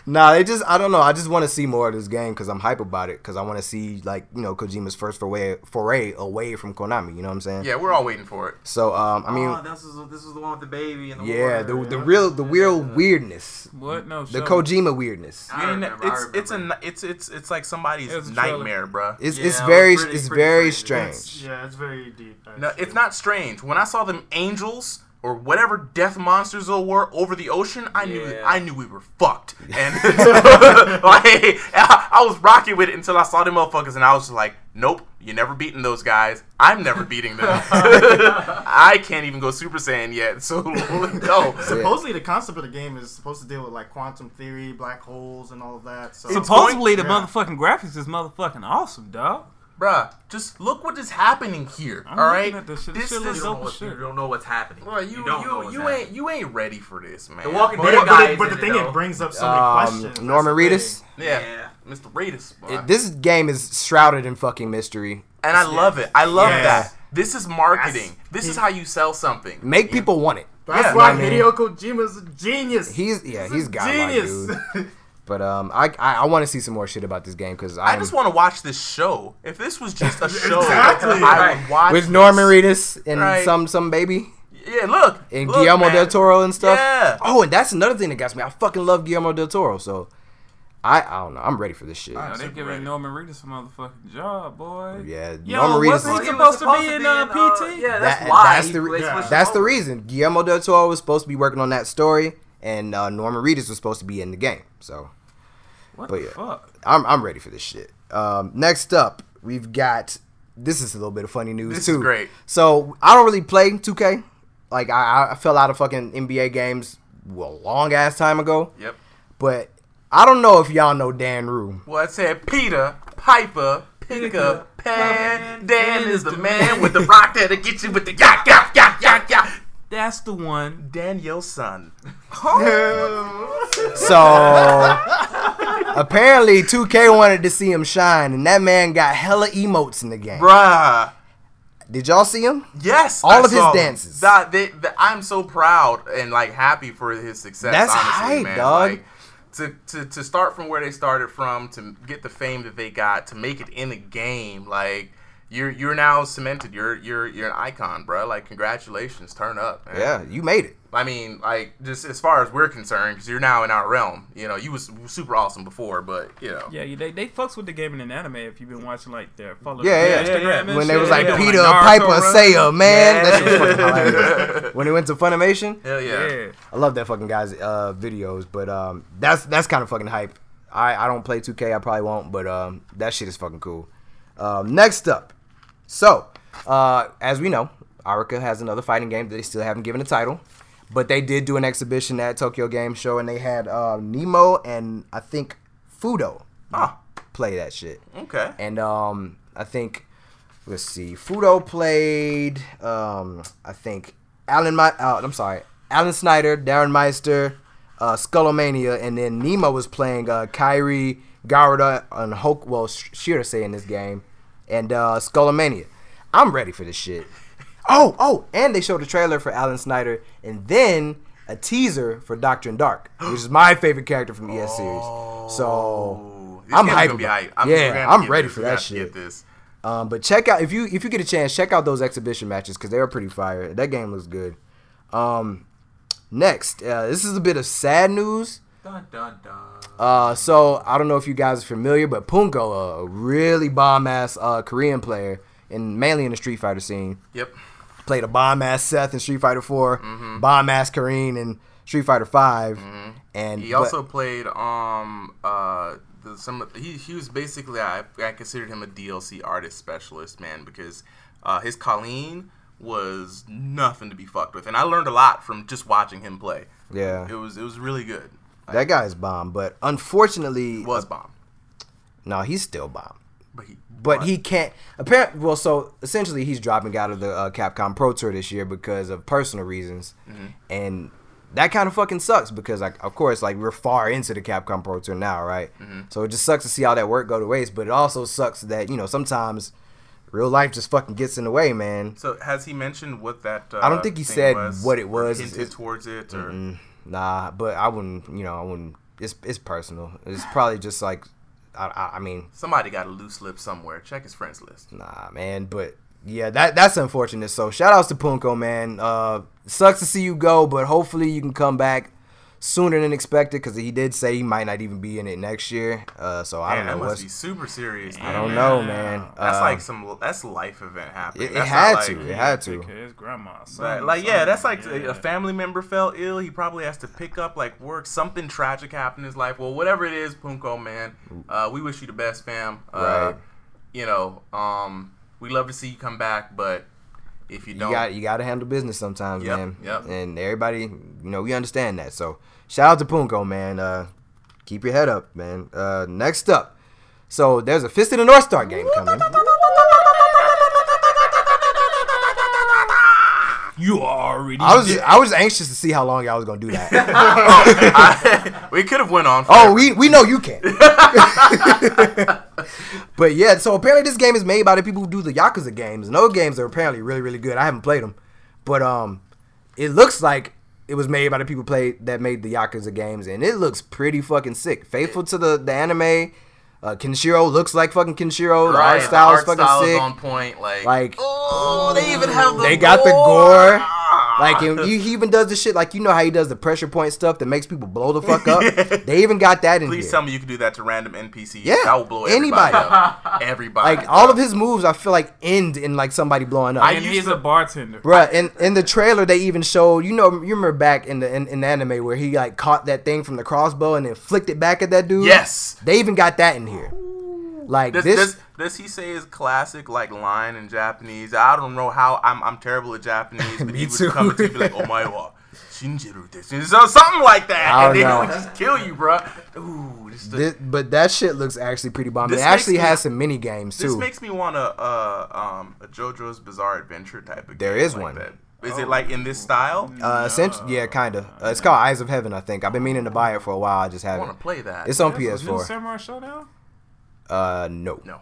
Nah, they just I don't know. I just want to see more of this game because I'm hype about it because I want to see like you know Kojima's first foray foray away from Konami. You know what I'm saying?
yeah, we're all waiting for it.
So um, I mean,
oh, this was this was the one with the baby and the
yeah, the,
water.
the real the real weirdness,
What? No.
the
show.
Kojima weirdness.
I
And
remember, I
it's it's
remember.
a it's it's it's like somebody's
It's a trailer.
nightmare, bruh.
It's
Yeah,
it's
it was
very
pretty-
it's
pretty
very
crazy.
strange.
Yeah, it's very deep. Actually.
No, it's not strange. When I saw them angels or whatever death monsters they were over the ocean, I knew
Yeah.
I knew we were fucked. And like I, I was rocking with it until I saw them motherfuckers, and I was just like, "Nope, you're never beating those guys. I'm never beating them. I can't even go Super Saiyan yet. So no,
Supposedly, the concept of the game is supposed to deal with like quantum theory, black holes, and all of that. So
Supposedly the
Yeah.
motherfucking graphics is motherfucking awesome, dog.
bruh, just look what is happening here.
I'm
all
looking
right,
at this shit. This
this
shit
is
looks
You don't, know what,
Sure.
you don't know what's happening.
bruh, you
don't know
you,
what's
you
happening.
ain't you ain't ready for this, man.
The Walking
but,
Dead
but,
guy
it- but
is
the
in
thing,
it, though.
it brings up so many questions.
Um,
That's
Norman
the
Reedus.
thing.
yeah.
Yeah.
Mr. Raiders. bruh.
It- This game is shrouded in fucking mystery.
And I love it. I love
Yes.
that. This is marketing.
That's-
this is how you sell something.
Make people want it.
That's
Yeah.
why
I mean-
Hideo Kojima's a genius.
He's yeah, he's
a
godlike, dude. But um, I I, I want to see some more shit about this game because
I
I
just want to watch this show. If this was just a show,
Exactly.
I would watch
with
this.
Norman Reedus and
Right.
some some baby.
Yeah, look.
and
look,
Guillermo
man.
del Toro and stuff.
Yeah.
Oh, and that's another thing that got me. I fucking love Guillermo del Toro, so I I don't know. I'm ready for this shit.
No,
I'm
they
super
giving
ready.
Norman Reedus a motherfucking job, boy.
Yeah,
Yo,
Norman Reedus.
wasn't
is-
he
He was
supposed to be in uh, PT?
yeah, that's
that-
why.
that's
he
the
was
re-
switched
that's the
over.
reason Guillermo del Toro was supposed to be working on that story, and uh, Norman Reedus was supposed to be in the game. So
What
But
the
yeah.
fuck?
I'm I'm ready for this shit. Um, next up, we've got this is a little bit of funny news
This
too.
is great.
So I don't really play 2K. Like I, I fell out of fucking NBA games a long ass time ago.
Yep.
But I don't know if y'all know Dan Rue.
Well, it said Peter, Piper, pick up, pan. Dan is the man with the rock that'll get you with the yak, yak, yak, yak, yak.
That's the one.
Daniel's son.
So apparently 2K wanted to see him shine, and that man got hella emotes in the game.
Bruh.
Did y'all see him?
Yes.
All of his
saw
dances.
That, that- that- I'm so proud and like happy for his success.
That's
honestly,
hype,
man.
dog.
Like, to, to, to start from where they started from, to get the fame that they got, to make it in the game, like you're you're now cemented. You're you're you're an icon, bruh. Like congratulations, turn up. man.
Yeah, you made it.
I mean, like just as far as we're concerned, because you're now in our realm. You know, you was super awesome before, but you know,
Yeah, you- they they fucks with the game in an anime if you've been watching like their follow
Yeah, yeah,
their Instagram
yeah.
and
When they
shit.
was like
They doing,
Peter,
Naruto
Piper,
run.
Seiya, man.
Yeah.
That shit was fucking hilarious. when they went to Funimation,
hell yeah.
Yeah.
I love that fucking guy's uh, videos, but um, that's that's kind of fucking hype. I, I don't play 2K, I probably won't, but um, that shit is fucking cool. Um, next up, so uh, as we know, Arica has another fighting game that they still haven't given a title, but they did do an exhibition at Tokyo Game Show, and they had uh, Nemo and I think Fudo
Ah,
play that shit.
okay.
And um, I think let's see, Fudo played. Um, I think Alan. My, uh, I'm sorry, Alan Snyder, Darren Meister, uh, Skullomania, and then Nemo was playing uh, Kyrie, Garuda, and Hulk. Well, Sh- Shirase in this game, and uh, Skullomania. I'm ready for this shit. Oh, oh, and they showed a trailer for Alan Snyder, and then a teaser for Doctor in Dark, which is my favorite character from ES series. So
Ooh, this
oh. I'm
game's gonna
hyped
be
about it.
hype. I'm,
Yeah,
we're gonna have to
I'm
get
ready
this.
for
We're
that
gonna have to
shit.
Get this.
Um, but check out if you if you get a chance, check out those exhibition matches because they were pretty fire. That game looks good. Um, next, uh, this is a bit of sad news.
Dun dun dun.
Uh, so I don't know if you guys are familiar, but Punko, a really bomb ass uh, Korean player, and mainly in the Street Fighter scene,
Yep.
played a bomb ass Seth in Street Fighter 4 bomb ass Kareen in Street Fighter 5 and
He
but-
also played um uh the, some of- he he was basically I I considered him a DLC artist specialist man because uh, his Colleen was nothing to be fucked with, and I learned a lot from just watching him play.
Yeah.
it was it was really good.
that guy is bomb. But unfortunately,
He was bomb,
no, he's still bomb.
but he
But he can't. Apparently, well, so essentially, he's dropping out of the uh, Capcom Pro Tour this year because of personal reasons, and that kind of fucking sucks because, like, of course, like we're far into the Capcom Pro Tour now, right? So it just sucks to see all that work go to waste. But it also sucks that you know sometimes real life just fucking gets in the way, man.
So has he mentioned what that? Uh,
don't think he
thing
said
was,
what it
or
was.
Hinted
It's-
towards it, or
Nah, but I wouldn't. You know, I wouldn't. It's it's personal. It's probably just like, I I, I mean,
somebody got a loose lip somewhere. Check his friends list.
Nah, man, but yeah, that that's unfortunate. So shout outs to Punko, man. Uh, sucks to see you go, but hopefully you can come back sooner than expected because he did say he might not even be in it next year. Uh, so I
Man,
don't
that
know
must be
what's.
super serious.
I
man.
don't know, man.
That's
Uh,
like some that's life event happening.
it, it
That's not
had
like-
to. It had to.
Take care of his grandma. son,
Right, like yeah,
son.
that's like a-
Yeah.
a family member fell ill. He probably has to pick up like work. Something tragic happened in his life. Well, whatever it is, Punko man, uh, we wish you the best, fam. Uh,
Right.
You know, um, we love to see you come back, but if you
You
don't,
got you got to handle business sometimes,
Yep,
man.
yep.
And everybody, you know, we understand that. So shout out to Punko, man. Uh, keep your head up, man. Uh, next up, so there's a Fist of the North Star game coming.
You already.
I was I was anxious to see how long y'all was gonna do that.
we could have went on.
Oh,
forever.
we we know you can. but yeah, so apparently this game is made by the people who do the Yakuza games, and those games are apparently really really good. I haven't played them, but um, it looks like it was made by the people who played that made the Yakuza games, and it looks pretty fucking sick. Faithful to the the anime, uh, Kenshiro looks like fucking Kenshiro. The
Right,
art style is
art
fucking
style is
sick.
on point. Like,
Like-
oh, they even have the
They got the
gore.
gore. Like and he he even does the shit like you know how he does the pressure point stuff that makes people blow the fuck up. They even got that in
Please
here.
tell me you can do that to random NPCs.
Yeah,
that will blow everybody.
anybody.
up. Everybody.
Like all of his moves, I feel like end in like somebody blowing up.
I
and
used
he's
to-
a bartender.
Bruh, in, in the trailer they even showed you know you remember back in the in, in the anime where he like caught that thing from the crossbow and then flicked it back at that dude.
Yes.
They even got that in here. Like
Does,
this,
does, does he say his classic like line in Japanese? I don't know how I'm I'm terrible at Japanese, but
Me
he would
too.
come to you and be like, "Omae wa shinjiru desu," so something like that,
I
and
don't
then
know.
he would just kill you, bro. Ooh, this,
thi- but that shit looks actually pretty bomb. It
This makes
actually
me-
has some mini games
this
too.
makes me want a uh um a JoJo's Bizarre Adventure type of.
There
game
is
like
one.
That. Is it like in this style?
uh, essentially, yeah, kind of. Uh, it's called Eyes of Heaven, I think. I've been meaning to buy it for a while. I just
I
haven't.
want to play that.
It's on
That's a new
PS4.
Samurai Showdown.
Uh, no.
no.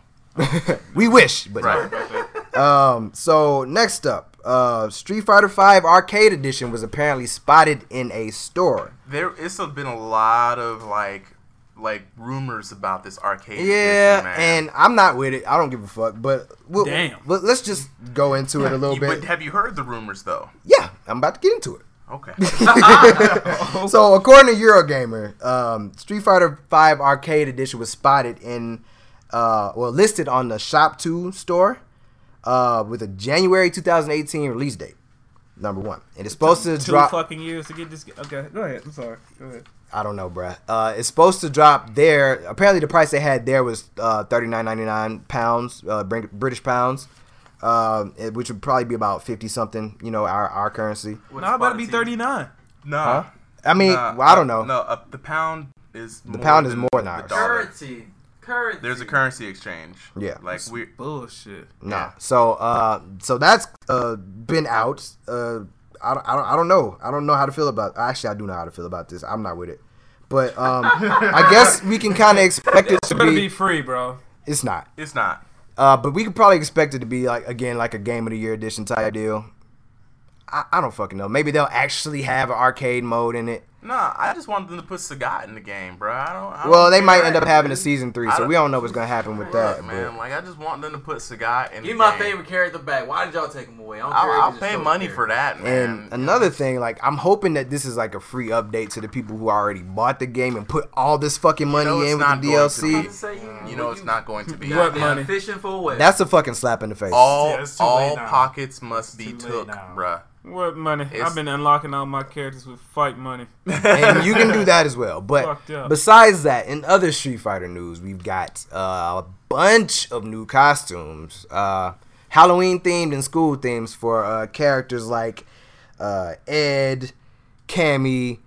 we wish, but no.
Right.
Um, so next up, uh, Street Fighter V Arcade Edition was apparently spotted in a store.
There, it's been a lot of like, like rumors about this arcade.
Yeah,
edition, man.
and I'm not with it. I don't give a fuck. But we'll,
Damn.
But let's just go into it a little
You- but
bit.
have you heard the rumors though?
Yeah, I'm about to get into it.
Okay.
So according to Eurogamer, um, Street Fighter V Arcade Edition was spotted in, uh, well, listed on the Shop Two store, uh, with a January 2018 release date. Number one, and it's supposed to
Two
drop.
fucking years to get this. Okay, go ahead. I'm sorry. Go ahead.
I don't know, bruh. Uh, it's supposed to drop there. Apparently, the price they had there was uh, thirty nine ninety nine pounds, uh, Brit- British pounds, um, it- which would probably be about fifty something. You know, our our currency.
What
Nah, I'm
is
about to be
Spotify?
39.
no.
I mean,
Nah,
well, I don't
uh,
know.
No, uh, the pound is the
pound is more than ours.
dollar.
Currency. Currency.
There's a currency exchange.
Yeah.
like we
Bullshit.
Nah. So, uh, so that's uh, been out. Uh, I, don't, I don't, I don't know. I don't know how to feel about. Actually, I do know how to feel about this. I'm not with it. But um, I guess we can kind of expect it to
Better be
be.
free, bro.
It's not.
it's not.
Uh, but we could probably expect it to be like again like a game of the year edition type deal. I, I don't fucking know. Maybe they'll actually have an arcade mode in it.
Nah, I just wanted them to put Sagat in the game, bro. I don't. I don't
Well, they
care.
might end up having a season three, so
don't-
we don't know what's gonna happen with
Fuck,
that.
man.
But
Like I just want them to put Sagat in.
Give
the
me my
game.
favorite character back. Why did y'all take him away? I don't care if
I'll, I'll
he's a
pay
show
money
character.
for that, man.
and another thing, like I'm hoping that this is like a free update to the people who already bought the game and put all this fucking money
know it's
in with
not
the
going to
You
DLC.
say you,
you know it's not going to be.
What
Goddamn
money?
Fishing for what?
That's a fucking slap in the face.
All
Yeah, it's too
all
late now.
pockets must be
too late
took,
now.
bruh.
What money?
It's-
I've been unlocking all my characters with fight money.
and you can do that as well. But
Fucked up.
besides that, in other Street Fighter news, we've got uh, a bunch of new costumes, uh, Halloween themed and school themes for uh, characters like uh, Ed, Cammy,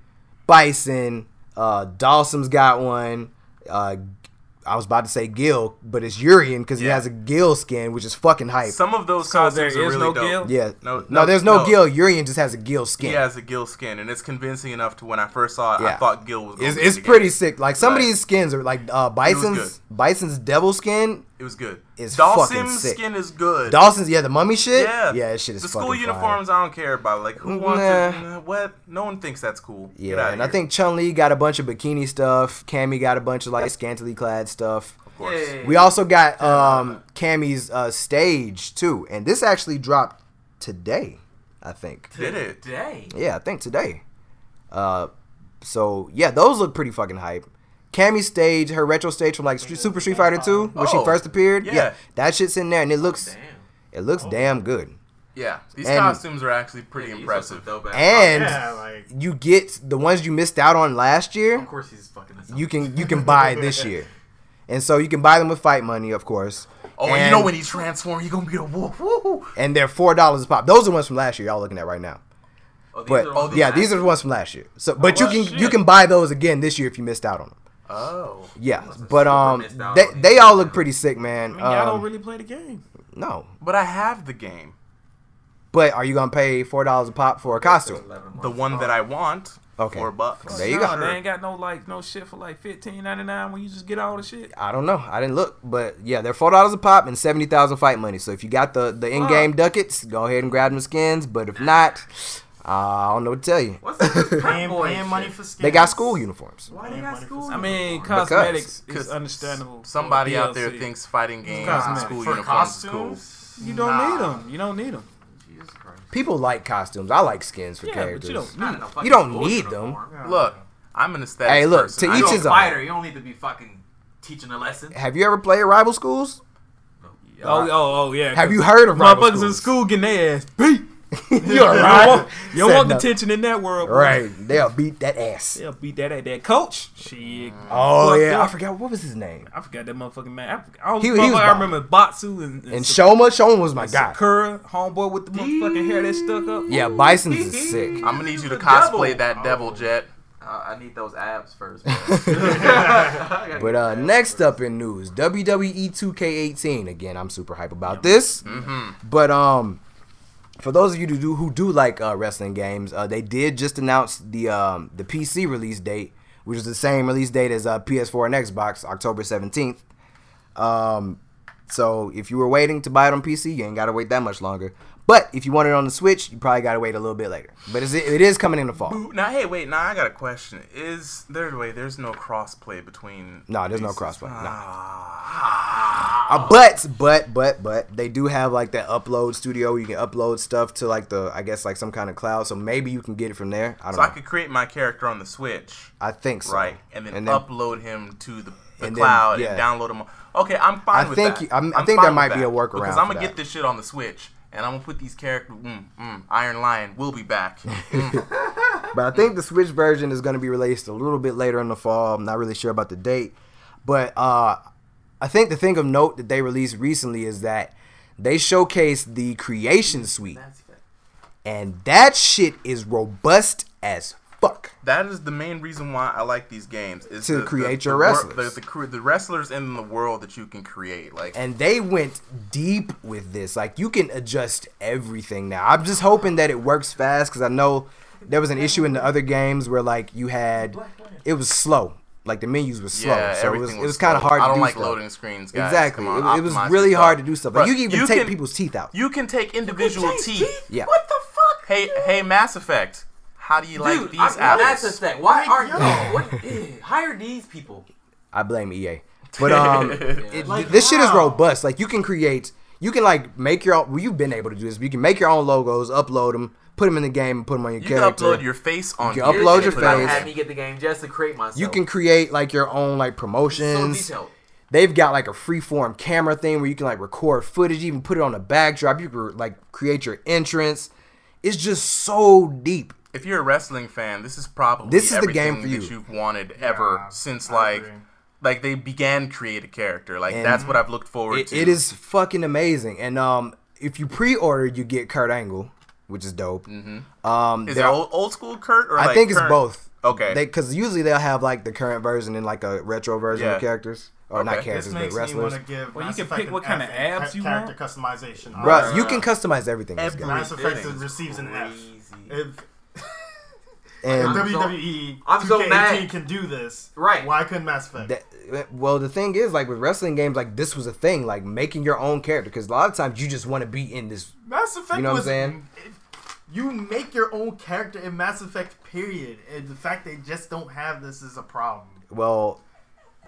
Bison. Uh, Dawson's got one. Uh, I was about to say Gil, but it's Urian because he
Yeah.
has a Gil skin, which is fucking hype.
Some of those
So there
costumes are
is
really
no
dope.
Gil?
yeah.
No,
No,
no,
there's no,
no.
Gil. Urian just has a Gil skin.
He has a Gil skin, and it's convincing enough to when I first saw it,
Yeah.
I thought Gil was. gonna
It's,
be in
it's
the
pretty
game.
sick. Like some
Right.
of these skins are like uh, Bison's Bison's devil skin.
It was good.
is fucking
Dawson's
sick.
skin is good.
Dawson's yeah the mummy shit.
yeah,
yeah, that shit is
the
fucking
school
fire.
uniforms. I don't care about. Like who wants to? nah, What? No one thinks that's cool. Get
Yeah,
outta
and I
here.
think Chun Li got a bunch of bikini stuff. Cammy got a bunch of like scantily clad stuff.
Of course.
Yeah.
We also got um Cammy's uh, stage too, and this actually dropped today, I think.
Did it?
Today.
Yeah, I think today. Uh, so yeah, those look pretty fucking hype. Cammy's stage, her retro stage from like Street, Super Street Fighter 2 when she
Oh,
first appeared. Yeah.
yeah.
that shit's in there, and it looks
Damn.
it looks damn good.
Yeah, these
And-
costumes are actually pretty
Yeah, he's
impressive.
also dope ass.
And
Yeah, like
you get the ones you missed out on last year.
of course he's fucking. this up.
You can you can buy this year, and so you can buy them with fight money, of course.
Oh, and, you know when he transforms, he gonna be a wolf. Woo!
and they're four dollars a pop. Those are the ones from last year y'all looking at right now.
Oh, these
But
are all the
yeah, these
last-
are the ones from last year. So but you
well,
can you
shit.
can buy those again this year if you missed out on them.
Oh,
Yeah,
must have
but
super
um,
missed out
they,
on
they
it.
all look pretty sick, man.
I mean, y'all
Um,
don't really play the game.
no,
but I have the game,
but are you gonna pay four dollars a pop for a costume?
11
the
months.
one that I want.
Okay.
four bucks.
There you
Nah,
go.
They ain't got no like no shit for like fifteen ninety nine when you just get all the shit.
I don't know. I didn't look, but yeah, they're four dollars a pop and seventy thousand fight money. So if you got the the in game ducats, go ahead and grab them skins. But if not, uh, I don't know what to tell you.
What's that?
paying, paying money for skins.
They got school uniforms.
Why they got school?
I mean,
Because-
cosmetics
Because
is understandable. for
Somebody out
DLC.
there thinks fighting games and
cosmetic.
school
for
uniforms is cool.
costumes.
you don't
Nah.
need them. You don't need them.
Jesus Christ.
People like costumes. I like skins for
Yeah,
characters.
but you don't.
Not in a fucking
You don't
school
need them.
uniform.
Look, I'm an aesthetic.
Hey, look, to each
You're
his
a
own.
fighter. You don't need to be fucking teaching a lesson.
Have you ever played rival schools?
Oh, oh, oh yeah.
Have
'cause
you heard of rival
motherfuckers
schools?
in school getting their ass beat?
You're
You
right.
want, you
Said
want
no.
detention in that world, boy.
Right. They'll beat that ass.
They'll beat that at that coach. Shit.
Oh
fucked
yeah, I
up.
forgot what was his name.
I forgot that motherfucking man. I, I, was,
He- he
motherfucker,
was
I
bomb.
remember Batsu and,
And Shoma, Shoma was my guy.
Sakura, homeboy with the motherfucking hair that stuck up.
Yeah, Bison's is sick.
I'm gonna need you to
The
cosplay
devil.
that devil Oh. jet.
Uh, I I need those abs first. bro. I gotta
But
get
uh,
abs
next
first.
up in news, E WWE 2K18. Again, I'm super hype about this. But um, for those of you who do who do like uh, wrestling games, uh, they did just announce the um the PC release date, which is the same release date as uh, PS4 and Xbox, October 17th. Um, so if you were waiting to buy it on PC, you ain't gotta wait that much longer. But if you want it on the Switch, you probably gotta wait a little bit later. But it's, it is coming in the fall.
Ooh, Now, hey, wait, now I got a question. Is there wait? There's no crossplay between.
No, there's no
these-
crossplay, no.
Ah.
Uh, but but but but they do have like that upload studio where you can upload stuff to like the I guess like some kind of cloud. So maybe you can get it from there. I don't
So I
know.
could create my character on the Switch,
I think so.
right, and then,
And then-
upload him to the, the
And then,
cloud
yeah.
and download him. Okay, I'm fine
I
with
think
that.
you- I'm- I
I'm
think
fine
there
with
might be
that,
a workaround
because
for
I'm gonna
that.
get this shit on the Switch, and I'm gonna put these characters. Mm, mm, Iron Lion will be back. Mm,
But I think the Switch version is going to be released a little bit later in the fall. I'm not really sure about the date, but uh, I think the thing of note that they released recently is that they showcased the Creation Suite,
That's it.
and that shit is robust as fuck.
that is the main reason why I like these games is
To
the- the-
create
the
your
wor-
wrestlers.
the, the, cre- the wrestlers in the world that you can create. Like
and they went deep with this. Like you can adjust everything now. I'm just hoping that it works fast because I know there was an issue in the other games where like you had it was slow. Like the menus were slow,
yeah,
so it was,
everything
it was kind of hard
I
to
don't
do
like
stuff.
loading screens, guys.
Exactly,
Come on,
it, it was
optimize your
really
stuff.
hard to do stuff. Like
Bruh,
you can even take
can-
people's teeth out.
You can take individual teeth.
Yeah.
What the fuck?
Hey, hey, Mass Effect. How do you like
Dude,
these
I, that's a
apples?
fact. Why aren't what, eh, hire these people?
I blame EA. But um, it- this shit is robust. Like you can create, you can like make your own. Well, you've been able to do this. But you can make your own logos, upload them, put them in the game, and put them on your
You can
character.
upload your face on.
can
here.
upload your
You can put it
But
on
face.
there.
had me get the game just to create myself.
you can create like your own like
so
promotions.
detailed.
They've got like a freeform camera thing where you can like record footage, even put it on a backdrop. You can like create your entrance. It's just so deep.
If you're a wrestling fan, this is probably
This is the game
everything
for
that
you.
you've wanted ever
Yeah,
since
I
like,
agree.
like they began create a character. Like
And
that's what I've looked forward
It,
to.
it is fucking amazing. And um, if you pre-order, you get Kurt Angle, which is dope. Mm-hmm. Um,
Is it
there-
old, old school Kurt or
I
like
think it's
current-
both.
Okay.
Because usually they'll have like the current version and like a retro version
Yeah.
of characters, or not
Okay.
This
characters, but
makes me
wrestlers.
want to give.
Well, you
Mass
can
Effect
pick
an
what kind of
F in
abs you
ca- character customization.
Bruh, you
uh,
can customize everything. in this game.
Every-
Mass Effect
Everything.
receives an F.
Crazy.
If E
And
I'm so-
WWE
I'm so
2K18
mad.
can do this,
Right.
Why couldn't Mass Effect?
That, well, the thing is, like with wrestling games, like this was a thing, like making your own character, because a lot of times you just want to be in this.
Mass Effect
You know what I'm
was.
saying?
You make your own character in Mass Effect, period. And the fact they just don't have this is a problem.
Well,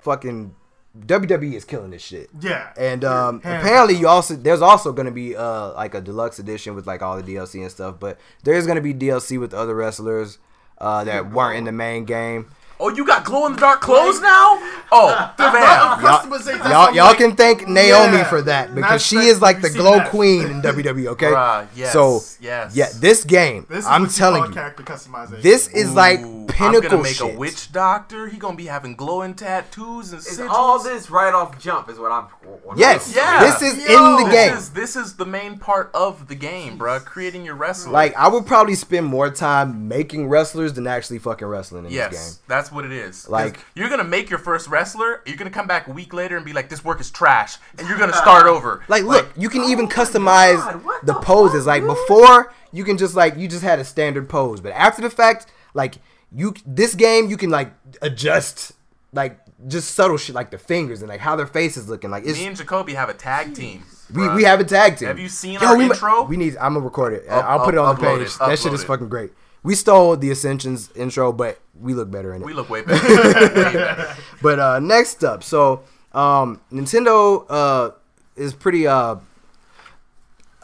fucking WWE is killing this shit,
Yeah.
and um,
Hands
apparently you also there's also gonna be uh like a deluxe edition with like all the DLC and stuff, but there is gonna be DLC with other wrestlers uh that weren't in the main game.
Oh, you got glow in the dark clothes now? Oh,
Y'all,
damn.
Y'all, y'all can thank Naomi
Yeah.
for that because
Mass
she
Effect,
is like the
we see
glow
that.
queen in WWE. Okay,
Bruh, yes,
so
yes.
yeah, this game,
This is
I'm
what you
telling
call
you,
character customization.
This is like
Ooh,
pinnacle
I'm gonna make
shit.
a witch doctor. He gonna be having glowing tattoos and
Is
sigils.
all this right off jump is what I'm. what I'm-
Yes.
Yeah.
This is in the
this
game.
Is, this is the main part of the game, bruh. Creating your wrestler.
Like I would probably spend more time making wrestlers than actually fucking wrestling in this
yes,
game.
that's what it is. 'Cause
Like-
you're gonna make your first wrestler. You're gonna come back a week later and be like, "This work is trash," and you're gonna start over.
Like, look, you
oh
can even customize
God, what
the,
the
poses.
fuck,
like
dude?
before, you can just like you just had a standard pose, but after the fact, like you this game you can like adjust like just subtle shit like the fingers and like how their face is looking. Like it's
me and Jacoby have a tag team.
we,
bruh.
we have a tag team.
Have you seen our
we, mi-
intro?
We need. I'm gonna record it.
Up-
I'll put it
up-
on the
upload
page.
it,
that shit
upload
is
it.
fucking great. We stole the Ascension's intro, but we look better in it.
We look way better. way better.
But uh, next up, so um, Nintendo uh, is pretty, uh,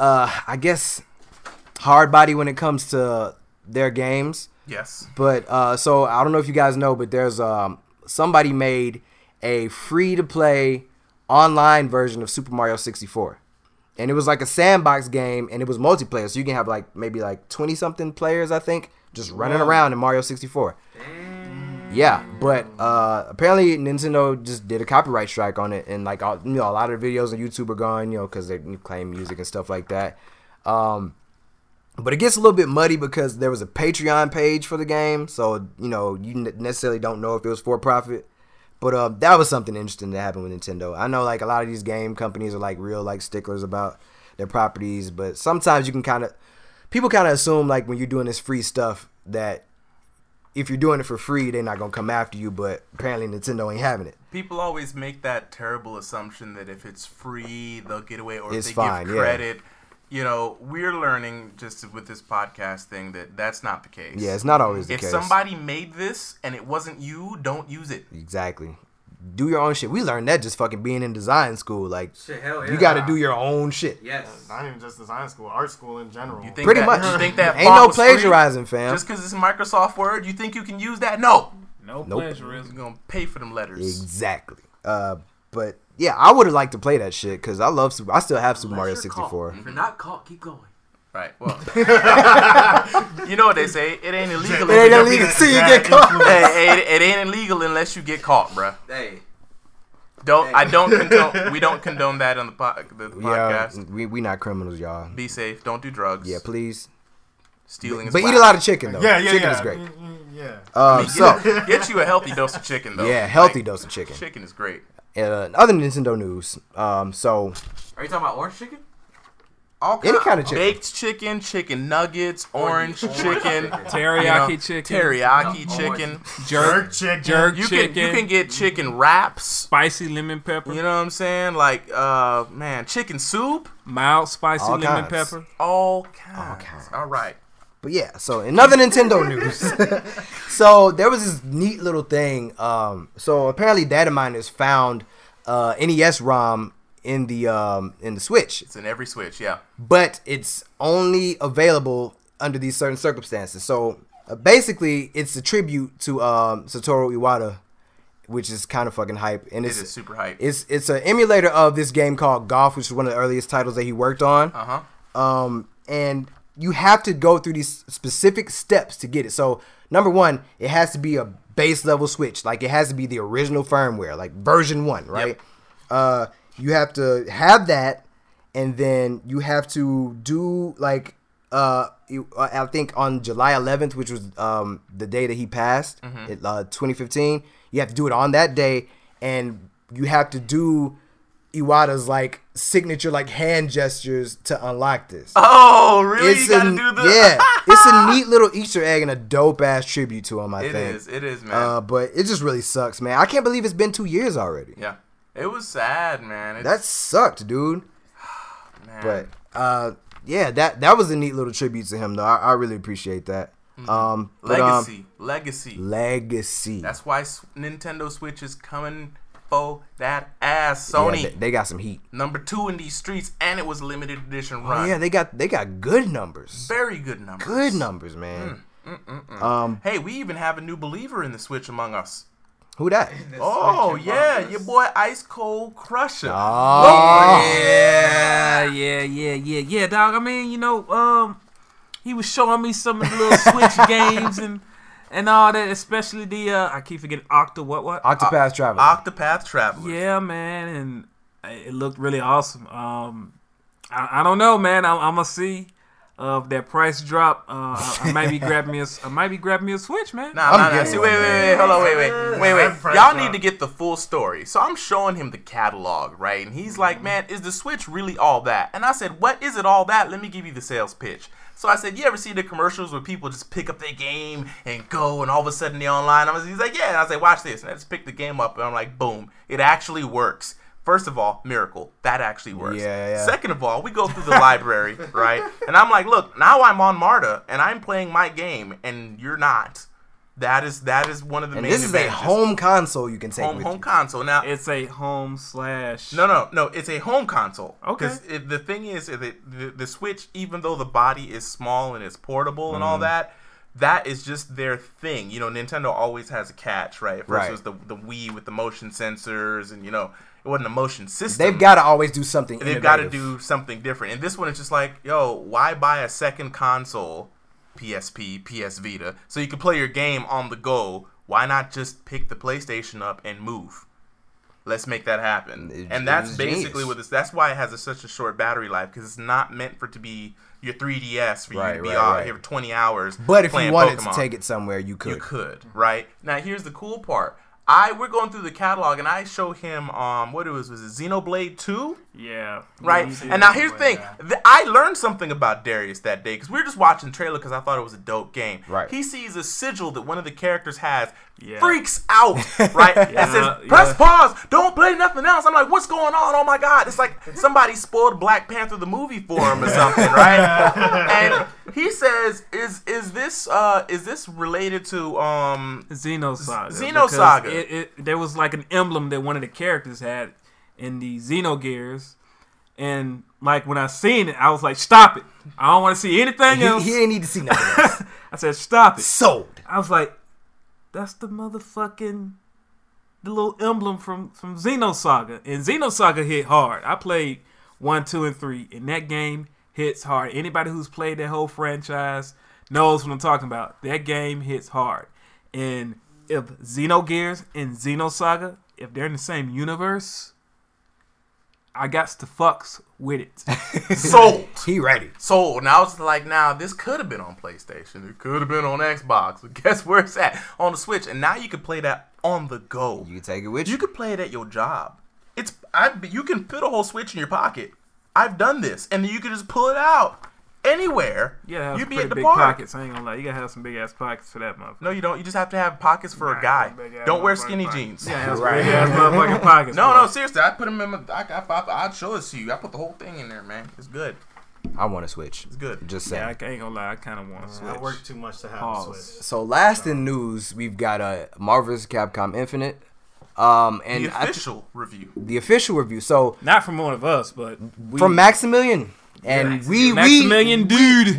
uh, I guess, hard body when it comes to their games.
Yes.
But uh, so I don't know if you guys know, but there's um, somebody made a free to play online version of Super Mario 64. and it was like a sandbox game, and it was multiplayer, so you can have like maybe like twenty something players, I think, just running around in Mario sixty four. Yeah, but uh, apparently Nintendo just did a copyright strike on it, and like all, you know, a lot of the videos on YouTube are gone, you know, because they claim music and stuff like that. Um, but it gets a little bit muddy because there was a Patreon page for the game, so you know you ne- necessarily don't know if it was for profit. But uh, that was something interesting that happened with Nintendo. I know like a lot of these game companies are like real like sticklers about their properties, but sometimes you can kind of people kind of assume like when you're doing this free stuff that if you're doing it for free, they're not gonna come after you. But apparently Nintendo ain't having it.
People always make that terrible assumption that if it's free, they'll get away, or
It's
if they
fine,
give
yeah.
credit. You know, we're learning just with this podcast thing that that's not the case.
Yeah, it's not always the
if
case.
somebody made this and it wasn't you, don't use it.
exactly. Do your own shit. We learned that just fucking being in design school. Like
Shit,
Oh,
hell yeah.
you got to do your own shit.
Yes.
Not even just design school, art school in general.
You think
Pretty
that,
much.
You think that
Ain't
font
no
was free?
plagiarizing, fam.
Just because it's Microsoft Word, you think you can use that? No,
No
Nope.
you're
plagiarism.
gonna pay for them letters.
Exactly. Uh, but yeah, I would have liked to play that shit because I love Super. I still have Super Mario
Unless you're caught.
64.
If you're not caught, keep going.
Right. Well, you know what they say? It ain't illegal.
It ain't
if you
illegal
get-
till you get caught.
Hey, it, it ain't illegal unless you get caught, bruh.
Hey,
Don't I don't condone. We don't condone that on the, po- the
Yeah,
podcast.
we we not criminals, y'all.
Be safe. Don't do drugs.
Yeah, please.
Stealing is
But eat
whack.
a lot of chicken though.
yeah, yeah,
chicken
yeah.
is great.
Mm, mm, Yeah.
Uh, so
Get, get you a healthy dose of chicken though.
yeah, healthy
Like,
dose of chicken.
Chicken is great.
Uh, other Nintendo news. Um, so
are you talking about orange chicken?
All
Any kind of chicken.
Baked chicken, chicken nuggets, orange
orange
chicken,
chicken.
Teriyaki
you know,
chicken.
teriyaki
No,
chicken.
Jerk
Jerk.
chicken.
Jerk
You
chicken.
can you can get chicken wraps.
spicy lemon pepper.
You know what I'm saying? Like uh man, chicken soup.
mild spicy
All
lemon
kinds.
pepper.
All kinds. All
kinds.
right.
But yeah, so another Nintendo news. so there was this neat little thing. Um, so apparently, data miners found uh, NES ROM in the um, in the Switch,
It's in every switch. Yeah.
but it's only available under these certain circumstances. So uh, basically, it's a tribute to um, Satoru Iwata, which is kind of fucking hype, and
It
it's
is super hype.
it's it's an emulator of this game called Golf, which is one of the earliest titles that he worked on.
Uh huh.
um, and you have to go through these specific steps to get it. So number one, it has to be a base level switch, like it has to be the original firmware, like version one, right? Uh, you have to have that, and then you have to do like uh, you- uh, I think on July 11th, which was um the day that he passed, it, uh, 2015. You have to do it on that day, and you have to do Iwata's like signature like hand gestures to unlock this.
Oh, really? you gotta
a,
do the.
yeah, it's a neat little Easter egg and a dope ass tribute to him. I
It
think.
is. It is, man.
Uh, but it just really sucks, man. I can't believe it's been two years already.
yeah. It was sad, man. It's,
That sucked, dude.
man.
But uh, yeah, that that was a neat little tribute to him, though. I, I really appreciate that. Um, but, um,
Mm-hmm. legacy, legacy.
legacy.
That's why S- Nintendo Switch is coming for that ass,
Yeah,
Sony.
they, they got some heat.
Number two in these streets, and it was limited edition
Oh,
run.
yeah, they got they got good numbers.
Very good number.
Good numbers, man.
Mm,
Um,
Hey, we even have a new believer in the Switch among us.
who that?
Oh yeah, your boy Ice Cold Crusher.
Oh,
Yeah, yeah, yeah, yeah, yeah, dog. I mean, you know, um, he was showing me some of the little Switch games and and all that, especially the uh, I keep forgetting Octa what what.
Octopath Traveler.
Octopath Traveler.
Yeah, man, and it looked really awesome. Um, I, I don't know, man. I'm, I'm gonna see uh, if that price drop. Uh, I, I might be grabbing me a, I might be grabbing me a Switch, man.
I'm
Nah, nah, nah.
getting
See,
one,
wait, wait, wait, hold on, wait, wait, wait,
I'm
wait.
fresh
Y'all
out.
need to get the full story. So I'm showing him the catalog, right? And he's like, "Man, is the Switch really all that?" And I said, "What is it all that?" Let me give you the sales pitch. So I said, "You ever see the commercials where people just pick up their game and go, and all of a sudden they're online?" I was, he's like, "Yeah." And I was like, "Watch this." And I just picked the game up, and I'm like, "Boom! It actually works." First of all, miracle. That actually works.
Yeah, yeah.
Second of all, we go through the library, right? And I'm like, look, now I'm on Marta and I'm playing my game and you're not. That is that is one of the
and
main
this is a
advantages.
home console you can take
home,
with
home
you.
console. Now
It's a home slash.
no, no, no. It's a home console.
Okay.
'Cause it-
Mm-hmm.
the thing is, is that the, the Switch, even though the body is small and it's portable and all that, that is just their thing. You know, Nintendo always has a catch, right? First
Right.
it was the the Wii with the motion sensors, and you know, it wasn't a motion system.
They've got to always do something.
they've got to
innovative.
do something different. And this one is just like, yo, why buy a second console, PSP, PS Vita, so you can play your game on the go? Why not just pick the PlayStation up and move? Let's make that happen.
It-
and
it
that's
was
basically
genius.
what this. That's why it has a, such a short battery life because it's not meant for it to be your 3DS for
Right,
you to be
right,
out
right.
here for 20 hours.
But if
playing
you wanted
Pokemon.
to take it somewhere, you could.
You could, right? Now here's the cool part. I we're going through the catalog and I show him um what it was was it Xenoblade 2?
Yeah.
right? And now here's the thing: Th- I learned something about Darius that day because we were just watching the trailer because I thought it was a dope game.
Right.
He sees a sigil that one of the characters has,
Yeah.
freaks out, right? And
Yeah,
says, "Press
yeah.
pause! Don't play nothing else." I'm like, "What's going on? Oh my god!" It's like somebody spoiled Black Panther the movie for him or something, right? and he says, "Is is this uh is this related to um
Xenosaga.
Z-
because
Xenosaga.
It, it, there was like an emblem that one of the characters had in the Xenogears. And like when I seen it, I was like, stop it. I don't want to see anything
He,
else.
he didn't need to see nothing else.
I said, stop it.
Sold.
I was like, that's the motherfucking the little emblem from from Xenosaga. And Xenosaga hit hard. I played one, two, and three, and that game hits hard. Anybody who's played that whole franchise knows what I'm talking about. That game hits hard. And if Xenogears and Xenosaga, if they're in the same universe, I got to fucks with it.
sold?"
He ready.
sold. And I was like, now this could have been on PlayStation. It could have been on Xbox. But guess where it's at? On the Switch. And now you can play that on the go.
You can take it with
You
you.
could play it at your job. It's I. You can fit a whole Switch in your pocket. I've done this, and you can just pull it out anywhere.
Yeah,
you'd be at the
big
park.
pockets. I ain't gonna lie, you gotta have some big ass pockets for that motherfucker.
No, you don't. You just have to have pockets for a guy.
big-ass
Don't wear
motherfucking
skinny
pockets.
jeans.
Right.
Yeah, motherfucking pockets.
No,
bro.
no, seriously. I put them in my. I, I, I, I'd show this to you. I put the whole thing in there, man. It's good.
I want to switch.
It's good.
Just saying.
Yeah, I ain't gonna lie, I kind of want to switch.
I work too much to have a
Pause.
Switch.
So last in news, we've got uh, Marvel's Capcom Infinite, um, and
The
I th-
official review.
the official review. So
Not from one of us, but we,
from Maximilian, and we
Maximilian,
we
dude.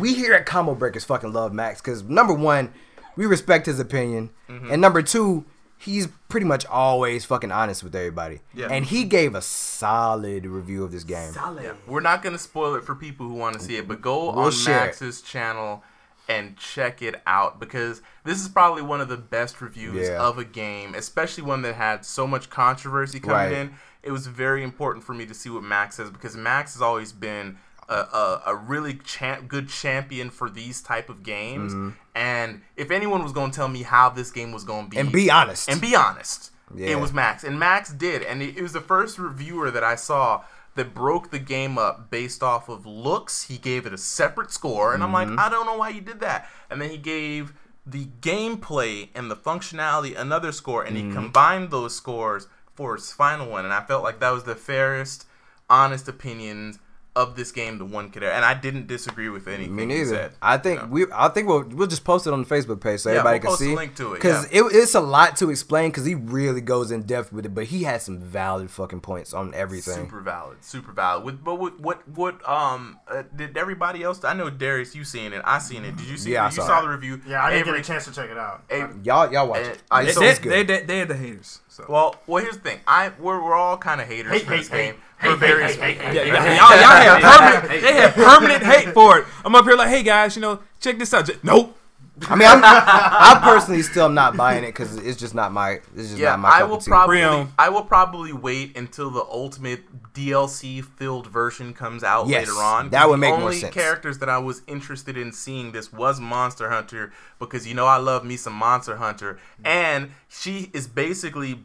we here at Combo Breakers fucking love Max because number one, we respect his opinion,
Mm-hmm.
and number two, he's pretty much always fucking honest with everybody.
Yeah.
And he gave a solid review of this game.
Solid.
We're not gonna spoil it for people who want to see it, but go
We'll
on
share it.
Max's channel and check it out because this is probably one of the best reviews
Yeah.
of a game, especially one that had so much controversy coming
Right.
in. It was very important for me to see what Max says because Max has always been a, a, a really champ, good champion for these type of games.
Mm-hmm.
And if anyone was gonna tell me how this game was gonna be
And be honest.
and be honest.
Yeah.
It was Max. And Max did. And it, it was the first reviewer that I saw that broke the game up based off of looks. He gave it a separate score. And I'm like,
Mm-hmm.
I don't know why you did that. And then he gave the gameplay and the functionality another score. And
Mm-hmm.
he combined those scores for his final one. And I felt like that was the fairest, honest opinions of this game that one could ever. And I didn't disagree with anything
Me
he
neither.
said.
I think we. I think we'll we'll just post it on the Facebook page so
Yeah,
everybody
we'll
can
post a
see.
link to it,
it, it's a lot to explain because he really goes in depth with it. But he had some valid fucking points on everything.
Super valid, super valid. With but what what what um uh, did everybody else? I know Darius, you seen it, I seen it. Did you see?
Yeah, I
you
saw
saw,
it.
the review.
Yeah, I didn't
Every-
get a chance to check it out.
ev-
Y'all y'all watch
eh,
it.
I-
It's
so
they,
always
they,
good.
they, they, they're the haters. So.
well, well, here's the thing. I we're, we're all kind of haters
Hey,
for this
hey,
game for various.
y'all, y'all have permanent, they have permanent hate for it. I'm up here like, hey guys, you know, check this out. J- Nope.
I mean, I'm not. I personally still am not buying it because it's just not my. It's just
Yeah,
not my.
I
cup
will
of tea.
probably
Pre-owned.
I will probably wait until the ultimate DLC filled version comes out
Yes,
later on.
that would
The
make more
only
sense.
characters that I was interested in seeing this was Monster Hunter because you know I love me some Monster Hunter, and she is basically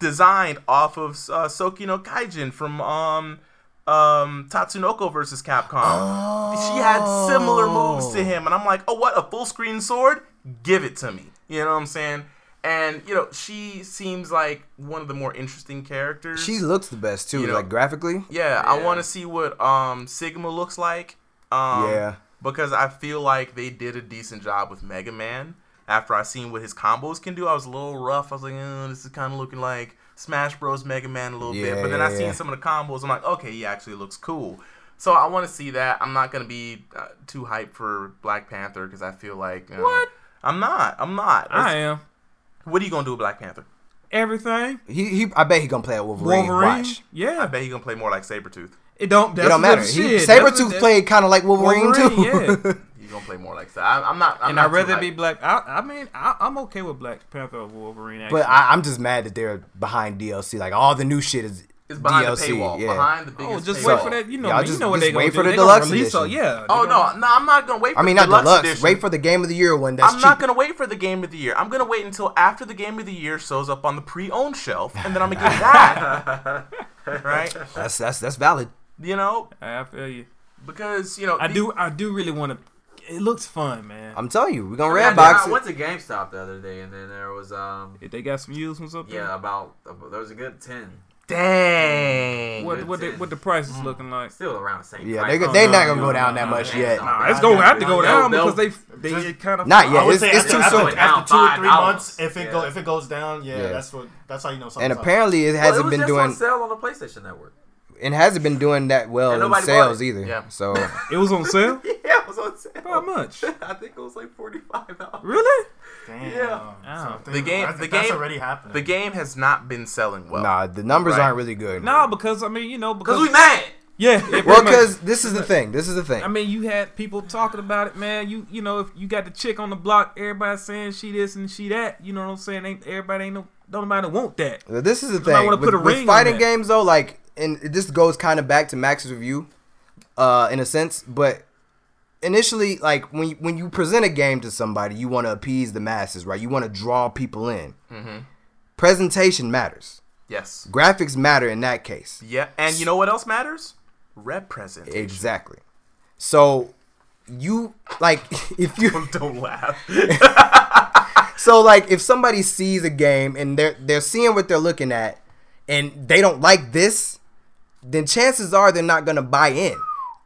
designed off of uh, Sokino Kaijin from um um Tatsunoko versus Capcom.
Oh,
She had similar moves to him, and I'm like, oh, what a full screen sword? Give it to me. You know what I'm saying? And you know, she seems like one of the more interesting characters.
She looks the best too,
You know-
like graphically.
yeah, I want to see what um Sigma looks like. Um,
Yeah.
because I feel like they did a decent job with Mega Man. After I seen what his combos can do, I was a little rough. I was like, oh, this is kind of looking like Smash Bros. Mega Man a little
Yeah,
bit. But then I
yeah,
seen
yeah.
some of the combos. I'm like, okay, he actually looks cool. So I want to see that. I'm not gonna be uh, too hyped for Black Panther because I feel like you know,
What?
I'm not. I'm not.
I am
What are you gonna do with Black Panther?
everything.
He, he I bet he gonna play a Wolverine.
Wolverine.
Watch.
I
Yeah,
bet you gonna play more like Sabretooth.
it don't. That's
it don't matter.
Shit.
He,
That's what-
Sabretooth
that-
played kind of like Wolverine,
Wolverine,
too.
You gonna play more like Sa- I, I'm not. I'm
and
not
I'd
too
rather
hyped.
be black. I, I mean, I, I'm okay with Black Panther or Wolverine. Actually.
but I, I'm just mad that they're behind DLC. Like all the new shit is
It's behind
DLC.
the paywall.
Yeah.
Behind the
oh,
biggest.
just
paywall.
wait for that. You know,
Y'all
you
just-
know what
just
they gonna
wait
do.
for the
They gonna
deluxe
release,
edition.
a- yeah.
Oh no, no, I'm not gonna wait. For
I mean,
the
not
deluxe.
deluxe.
edition.
Wait for the Game of the Year one. That's
I'm not
cheap.
gonna wait for the game of the year. I'm gonna wait until after the game of the year shows up on the pre-owned shelf, and then I'm gonna get that. right?
That's that's that's valid.
You know,
I I feel you.
because you know
I
the-
do. I do really want to. It looks fun, man.
I'm telling you, we're gonna
I,
red
did-
box
I
it.
went to GameStop the other day, and then there was um
If they got some used ones up there.
yeah about there was a good ten,
Dang.
What what the, what the price is looking like?
still around the same.
Yeah,
price.
they
Oh,
go- they
no,
not gonna
no,
go down
no,
that
no,
much
no,
yet.
no.
Nah, it's gonna have to go
They'll-
down
they'll-
because they they
Just-
kind of
Not yet.
I would
It's,
say
it's
after,
too
after,
soon.
Down
after two or three
$5.
months, if it go
Yeah.
if it goes down, yeah,
Yeah.
that's what that's how you know something.
And apparently, it
Well, it
hasn't
was
been
just
doing
on sale on the PlayStation Network.
it hasn't been doing that well
And
in
nobody bought
sales
it.
either.
Yeah.
So
it was on sale.
Yeah, it was on sale.
How much?
I think it was like forty five dollars.
Really?
Damn.
Yeah.
Ow.
So
Oh, The game-
that's,
the
that's
game-
already happening.
The game has not been selling well.
nah, the numbers
Right.
aren't really good.
Nah, because I mean, you know, because
Cause we mad.
yeah, yeah, pretty
well,
much.
because this is the thing. This is the thing.
I mean, you had people talking about it, man. You you know, if you got the chick on the block, everybody saying she this and she that. You know what I'm saying? Ain't everybody ain't no don't nobody want that.
This is the
I
thing.
wanna
With,
put a
with
ring on
fighting
that.
games, though, like, and this goes kind of back to Max's review, uh, in a sense. But initially, like when you, when you present a game to somebody, you want to appease the masses, right? You want to draw people in.
Mm-hmm.
Presentation matters.
Yes.
Graphics matter in that case.
Yeah. And you know what else matters? Representation.
Exactly. So you like if you
Don't laugh.
So like if somebody sees a game and they're they're seeing what they're looking at and they don't like this, then chances are they're not gonna buy in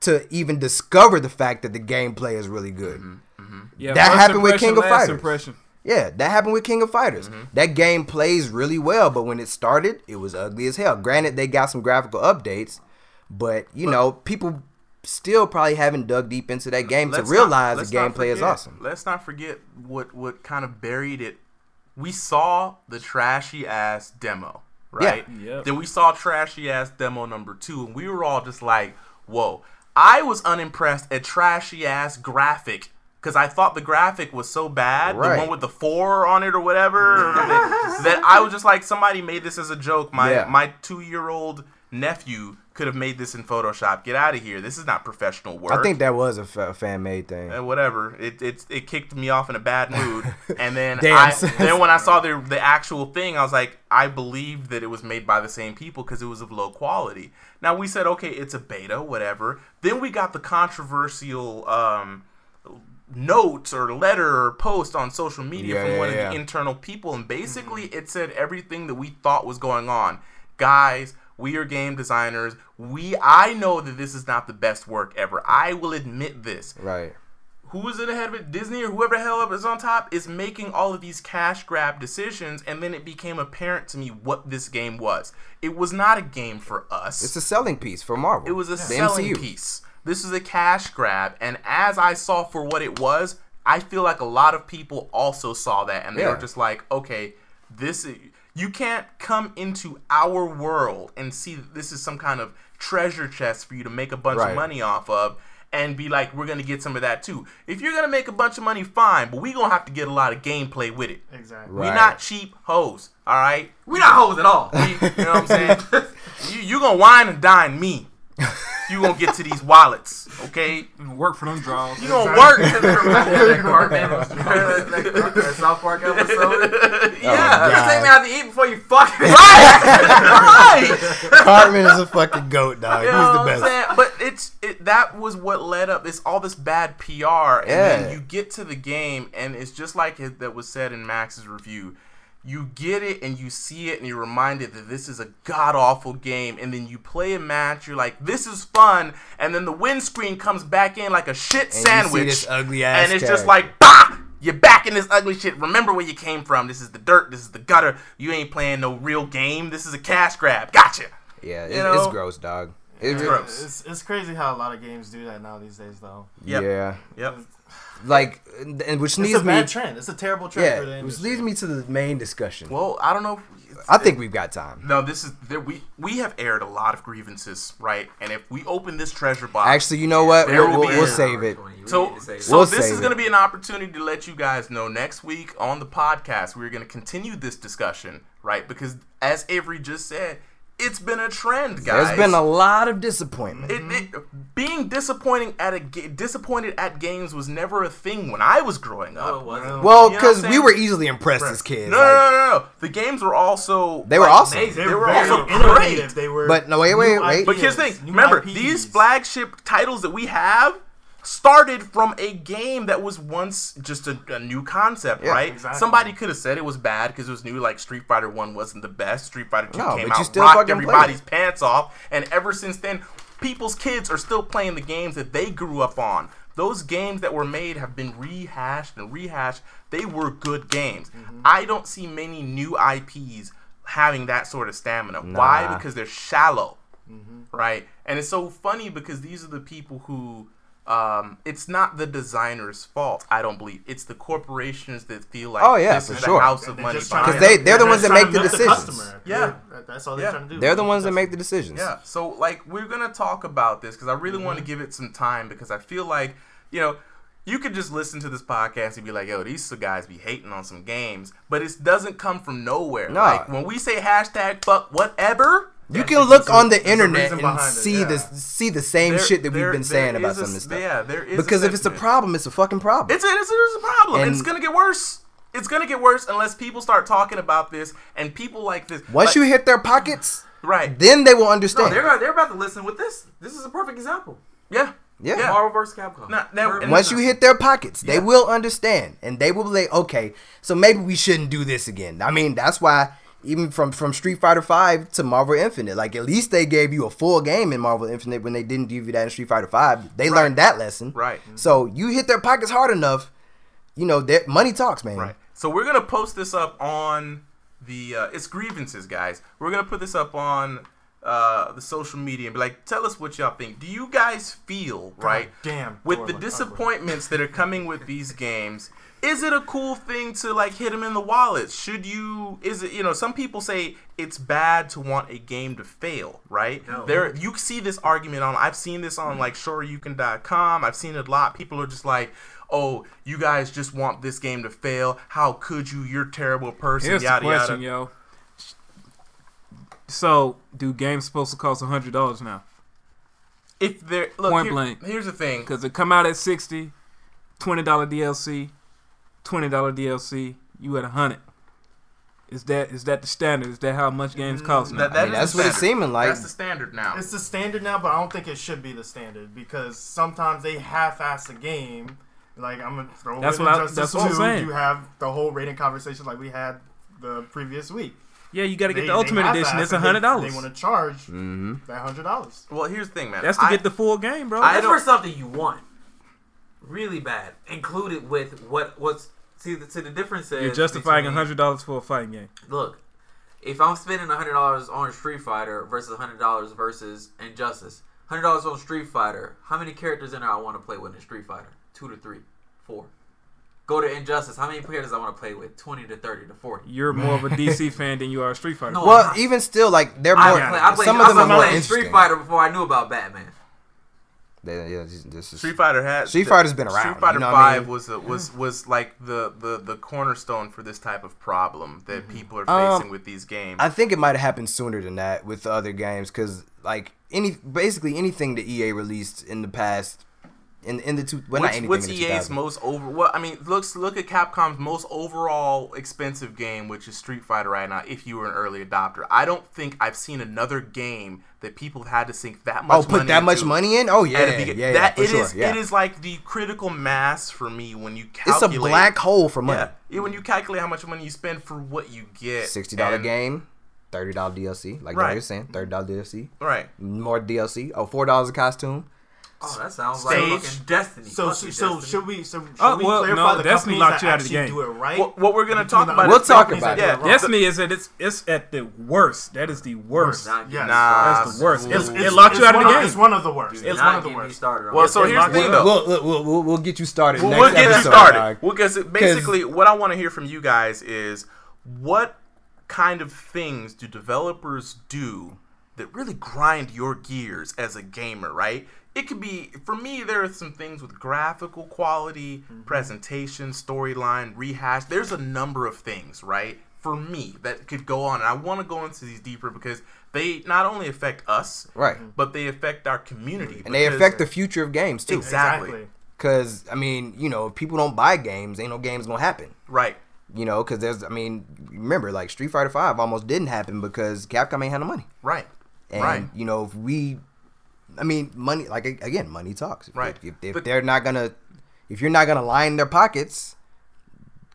to even discover the fact that the gameplay is really good.
Mm-hmm.
Yeah,
That
first
happened with
impression,
King of
last
Fighters.
Impression.
Yeah, that happened with King of Fighters.
Mm-hmm.
That game plays really well, but when it started, it was ugly as hell. Granted, they got some graphical updates, but you know, people still probably haven't dug deep into that game to
Let's
realize
not- let's
the
not
gameplay is
forget-
awesome.
Let's not forget what what kind of buried it. We saw the trashy ass demo, right?
Yeah. Yep.
Then we saw trashy ass demo number two, and we were all just like, "Whoa!" I was unimpressed at trashy ass graphic because I thought the graphic was so bad, the
Right.
one with the four on it or whatever, that, that I was just like, "Somebody made this as a joke." My
Yeah.
my two year old nephew could have made this in Photoshop. Get out of here! This is not professional work
I think that was a fan made thing.
and whatever. It, it it kicked me off in a bad mood. And then
Damn,
I,
sis.
then when I saw the the actual thing, I was like, I believed that it was made by the same people because it was of low quality. Now we said, okay, it's a beta, whatever. Then we got the controversial um, notes or letter or post on social media
Yeah,
from
yeah,
one
yeah. Mm-hmm.
of the internal people, and basically it said everything that we thought was going on. Guys, we are game designers. We I know that this is not the best work ever. I will admit this
Right.
who is in ahead of it, Disney or whoever the hell up is on top, is making all of these cash grab decisions, and then it became apparent to me what this game was. It was not a game for us.
It's a selling piece for Marvel.
it was a
The
selling
MCU.
piece. This is a cash grab, and as I saw for what it was, I feel like a lot of people also saw that, and they
Yeah.
were just like, okay, this is. You can't come into our world and see that this is some kind of treasure chest for you to make a bunch
Right.
of money off of and be like, we're going to get some of that too. If you're going to make a bunch of money, fine, but we going to have to get a lot of gameplay with it.
exactly.
Right.
We're not cheap hoes, all right?
We not hoes at all.
You know what I'm saying? you you gonna wine and dine me. You gonna get to these wallets, okay?
Mm, Work for them draws.
You gonna work.
that Clark Gable- that Clark- that South Park episode.
yeah,
God.
Just take me out to eat before you fuck me.
right.
Cartman is a fucking goat, dog.
You know what
He's
I'm
the best.
saying? But it's it, that was what led up. It's all this bad PR, and
Yeah.
then you get to the game, and it's just like it, that was said in Max's review. You get it and you see it, and you're reminded that this is a god awful game. And then you play a match, you're like, "This is fun," and then the windscreen comes back in like a shit
see
sandwich,
this ugly-ass
and it's just
character.
like. like, bah! You're back in this ugly shit. Remember where you came from. This is the dirt. This is the gutter. You ain't playing no real game. This is a cash grab. Gotcha.
Yeah, it's,
know?
it's gross, dog. It's
Yeah.
real-
Gross.
It's, it's crazy how a lot of games do that now these days, though.
Yep.
Yeah.
Yep.
Like, and and which
It's
leads
a bad
me.
trend. It's a terrible trend for the
Yeah, which
industry.
leads me to the main discussion.
Well, I don't know. if-
I think we've got time.
No, this is there. We we have aired a lot of grievances, right? And if we open this treasure box,
Actually, you know what?
There
We'll,
will
we'll,
be
we'll
an
save it.
So, so
We'll
this
save
is
it.
going to be an opportunity to let you guys know next week on the podcast we're going to continue this discussion, right? Because as Avery just said, it's been a trend, guys.
There's been a lot of disappointment.
It, it, being disappointing at a ga- disappointed at games was never a thing when I was growing
No, it
up.
Well,
You know
wasn't.
what
because
I'm
we
saying?
were easily impressed as kids.
no, no,
like,
no, no, no. The games were also
They were
like,
awesome.
amazing.
They
They're
were
very
also
innovative.
great.
They were.
But no, wait,
new
wait, wait.
But here's the
ideas,
thing.
new
Remember,
IPs.
these flagship titles that we have started from a game that was once just a, a new concept,
Yeah,
right?
exactly.
Somebody could have said it was bad because it was new. Like Street Fighter One wasn't the best. Street Fighter Two
No,
came
but you
out,
still
rocked
fucking played
everybody's pants off, and ever since then, people's kids are still playing the games that they grew up on. Those games that were made have been rehashed and rehashed. They were good games. I don't see many new IPs having that sort of stamina. Why?
Nah.
Because they're shallow right? And it's so funny because these are the people who um, it's not the designer's fault. I don't believe it's the corporations that feel like
Oh, yeah,
this
for
is
sure.
a house of money.
Just trying
behind
to-
they-
it.
they're the ones
just
that
trying
make
to
the
milk
decisions.
customer.
Yeah.
They're- that's all they're
Yeah.
trying to do.
They're the ones that make the decisions.
yeah. So like we're gonna talk about this because I really
Mm-hmm.
want to give it some time because I feel like you know. You could just listen to this podcast and be like, "Yo, these guys be hating on some games," but it doesn't come from nowhere.
Nah.
Like when we say hashtag fuck whatever,
You can look on the
a
internet
reason
and
behind it,
see
yeah.
this, see the same
there-
shit that we've
there-
been saying
there
about
is a
some of this
s-
stuff.
Yeah, there is
Because if it's a
sentiment.
problem, it's a fucking problem.
It's a, it's, a, it's a problem.
And-
it's gonna get worse. It's gonna get worse unless people start talking about this and people like this.
Once
like-
you hit their pockets,
right,
then they will
No,
understand.
they're they're about to listen with this. This is a perfect example.
yeah,
Yeah.
Marvel vs. Capcom.
No, no,
Perfect
and
Once
it's
you
not-
hit their pockets, they
Yeah.
will understand, and they will be like, okay, so maybe we shouldn't do this again. I mean, that's why even from from Street Fighter Five to Marvel Infinite, like at least they gave you a full game in Marvel Infinite when they didn't give you that in Street Fighter Five. They learned that lesson,
Right.
So you hit their pockets hard enough, you know that money talks, man.
right. So we're gonna post this up on the uh, it's grievances, guys. We're gonna put this up on uh, the social media and be like, tell us what y'all think. Do you guys feel right?
damn,
with the
Portland,
disappointments that are coming with these games. Is it a cool thing to like hit them in the wallet? Should you? Is it you know? Some people say it's bad to want a game to fail, right?
No.
There, you see this argument on. I've seen this on like SureYouCan.com. I've seen it a lot. People are just like, "Oh, you guys just want this game to fail. How could you? You're a terrible person."
Here's
yada
the question,
yada.
yo. So, do games supposed to cost hundred dollars now?
If there, look,
Point
here-
blank.
Here's the thing.
Because it come out at 60 $20 DLC, $20 DLC, you at 100 Is that is that the standard? Is that how much games cost now?
That, that
mean,
is
that's
the
what it's
standard.
seeming like.
That's the standard now.
It's the standard now, but I don't think it should be the standard because sometimes they half-ass a game. Like I'm gonna throw
That's
in
what I-
Injustice
that's what I'm
2,
saying.
You have the whole rating conversation like we had the previous week.
yeah, you got to
They-
get
they
the Ultimate
half-ass
Edition. It's
and they-
$100.
They want to charge that hundred dollars.
well, here's the thing, man.
That's to
I-
get the full game, bro.
I
That's
don't-
for something you want really bad, included with what what's see the to the difference is
You're justifying
between-
$100 for a fighting game.
Look, if I'm spending hundred dollars on Street Fighter versus hundred dollars versus Injustice, hundred dollars on Street Fighter, how many characters in there I want to play with in Street Fighter? Two to three, four. Go to Injustice, how many characters I want to play with? Twenty to thirty to forty.
You're more of a DC fan than you are a Street Fighter.
No,
fan.
Well, even still, like they're
I
more.
play, I play,
some of them
I
are more
playing Street
interesting.
Fighter before I knew about Batman.
They- yeah, this- this is-
Street Fighter has
Street Fighter's been around,
Street Fighter
you know what I
Five
mean?
was a, was was like the, the the cornerstone for this type of problem that people are
Um,
facing with these games.
I think it might have happened sooner than that with the other games because like any basically anything that EA released in the past in in the two well, not
What's,
anything
what's
in the
EA's
2000s.
E most over? Well, I mean, looks look at Capcom's most overall expensive game, which is Street Fighter right now. If you were an early adopter, I don't think I've seen another game that people have had to sink that much.
oh put
money
that much
into
money in oh yeah
at a
yeah,
begin-
yeah,
that
for
it
sure,
is-
yeah.
it is like the critical mass for me when you
It's a
calculate.
black hole for money
Yeah, yeah, when you calculate how much money you spend for what you get,
sixty dollar
and-
game thirty dollar DLC like
Right.
you're saying thirty dollar DLC
right?
more DLC oh four dollars a costume
Oh, that sounds like
Stage.
fucking Destiny.
So,
Fuck
so,
you,
so
Destiny.
should we? So should
Oh,
we
well,
clarify
no,
the companies
Destiny locked
that
you out of the
actually
game.
do it right?
What, what we're gonna talk about?
We'll
is
talk
companies
about
that
it.
do wrong.
Destiny is at its it's at the worst. That is the worst.
Not get
Yes.
me
Nah,
started.
That's the worst. It's-
It's-
it locked you
it's
out of
one
the game.
It's one of the worst.
Do
It's
not
one of the
get me
worst.
started. on
Well,
that.
so here's the thing, though.
Look, look, we'll, we'll, we'll get you started.
Well,
next
we'll get you
episode,
started.
dog.
We'll get it- basically what I want to hear from you guys is what kind of things do developers do that really grind your gears as a gamer, right? It could be for me. There are some things with graphical quality,
Mm-hmm.
presentation, storyline, rehash. There's a number of things, right? For me, that could go on, and I want to go into these deeper because they not only affect us,
Right.
but they affect our community,
And they
because-
affect the future of games too.
exactly
Because I mean, you know, if people don't buy games, ain't no games gonna happen.
right.
You know, because there's, I mean, remember like Street Fighter Five almost didn't happen because Capcom ain't had no money.
Right.
And
right.
you know, if we, I mean, money like a- again, money talks. If-
Right.
If, if
But-
they're not gonna, if you're not gonna line their pockets,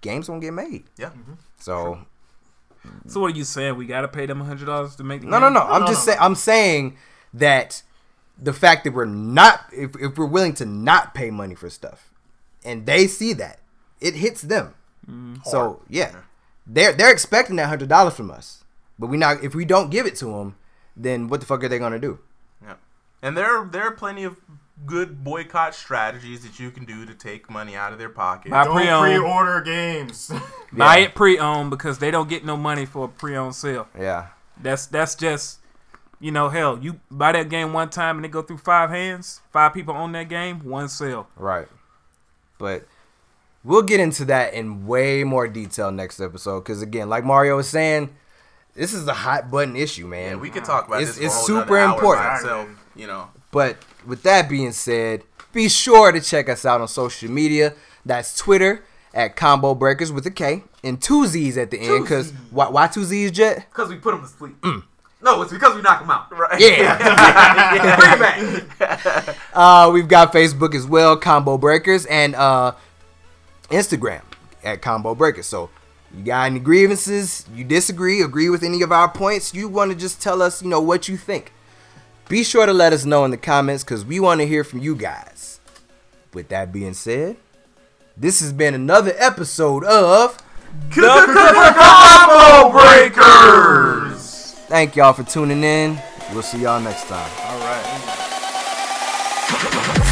games won't get made.
Yeah.
So
So what are you saying? We gotta pay them hundred dollars to make the
No, no,
game?
no. I'm just saying. I'm saying that the fact that we're not, if, if we're willing to not pay money for stuff, and they see that, it hits them. So Mm-hmm. yeah, they're they're expecting that hundred dollars from us, but we not if we don't give it to them, then what the fuck are they gonna do?
Yeah. And there are, there are plenty of good boycott strategies that you can do to take money out of their pocket.
Buy
Don't
pre-owned,
pre-order games.
buy it pre-owned because they don't get no money for a pre-owned sale.
Yeah,
That's that's just you know hell. You buy that game one time and it go through five hands, five people own that game, one sale.
right. But we'll get into that in way more detail next episode because again, like Mario was saying, this is a hot button issue, man.
and we could talk about
It's-
this. for a
it's
whole
super
nother hour by
important.
itself, you know.
But with that being said, be sure to check us out on social media. That's Twitter at Combo Breakers with a K and two Z's at the end. Cause why, why two Z's, Jet?
because we put them to sleep.
Mm.
No, it's because we knock them out. Right.
Yeah.
Bring it back.
uh, we've got Facebook as well, Combo Breakers, and uh, Instagram at Combo Breakers. So you got any grievances? You disagree? Agree with any of our points? You want to just tell us, you know, what you think? Be sure to let us know in the comments because we want to hear from you guys. With that being said, this has been another episode of.
Combo Breakers!
Thank y'all for tuning in. We'll see y'all next time.
All right.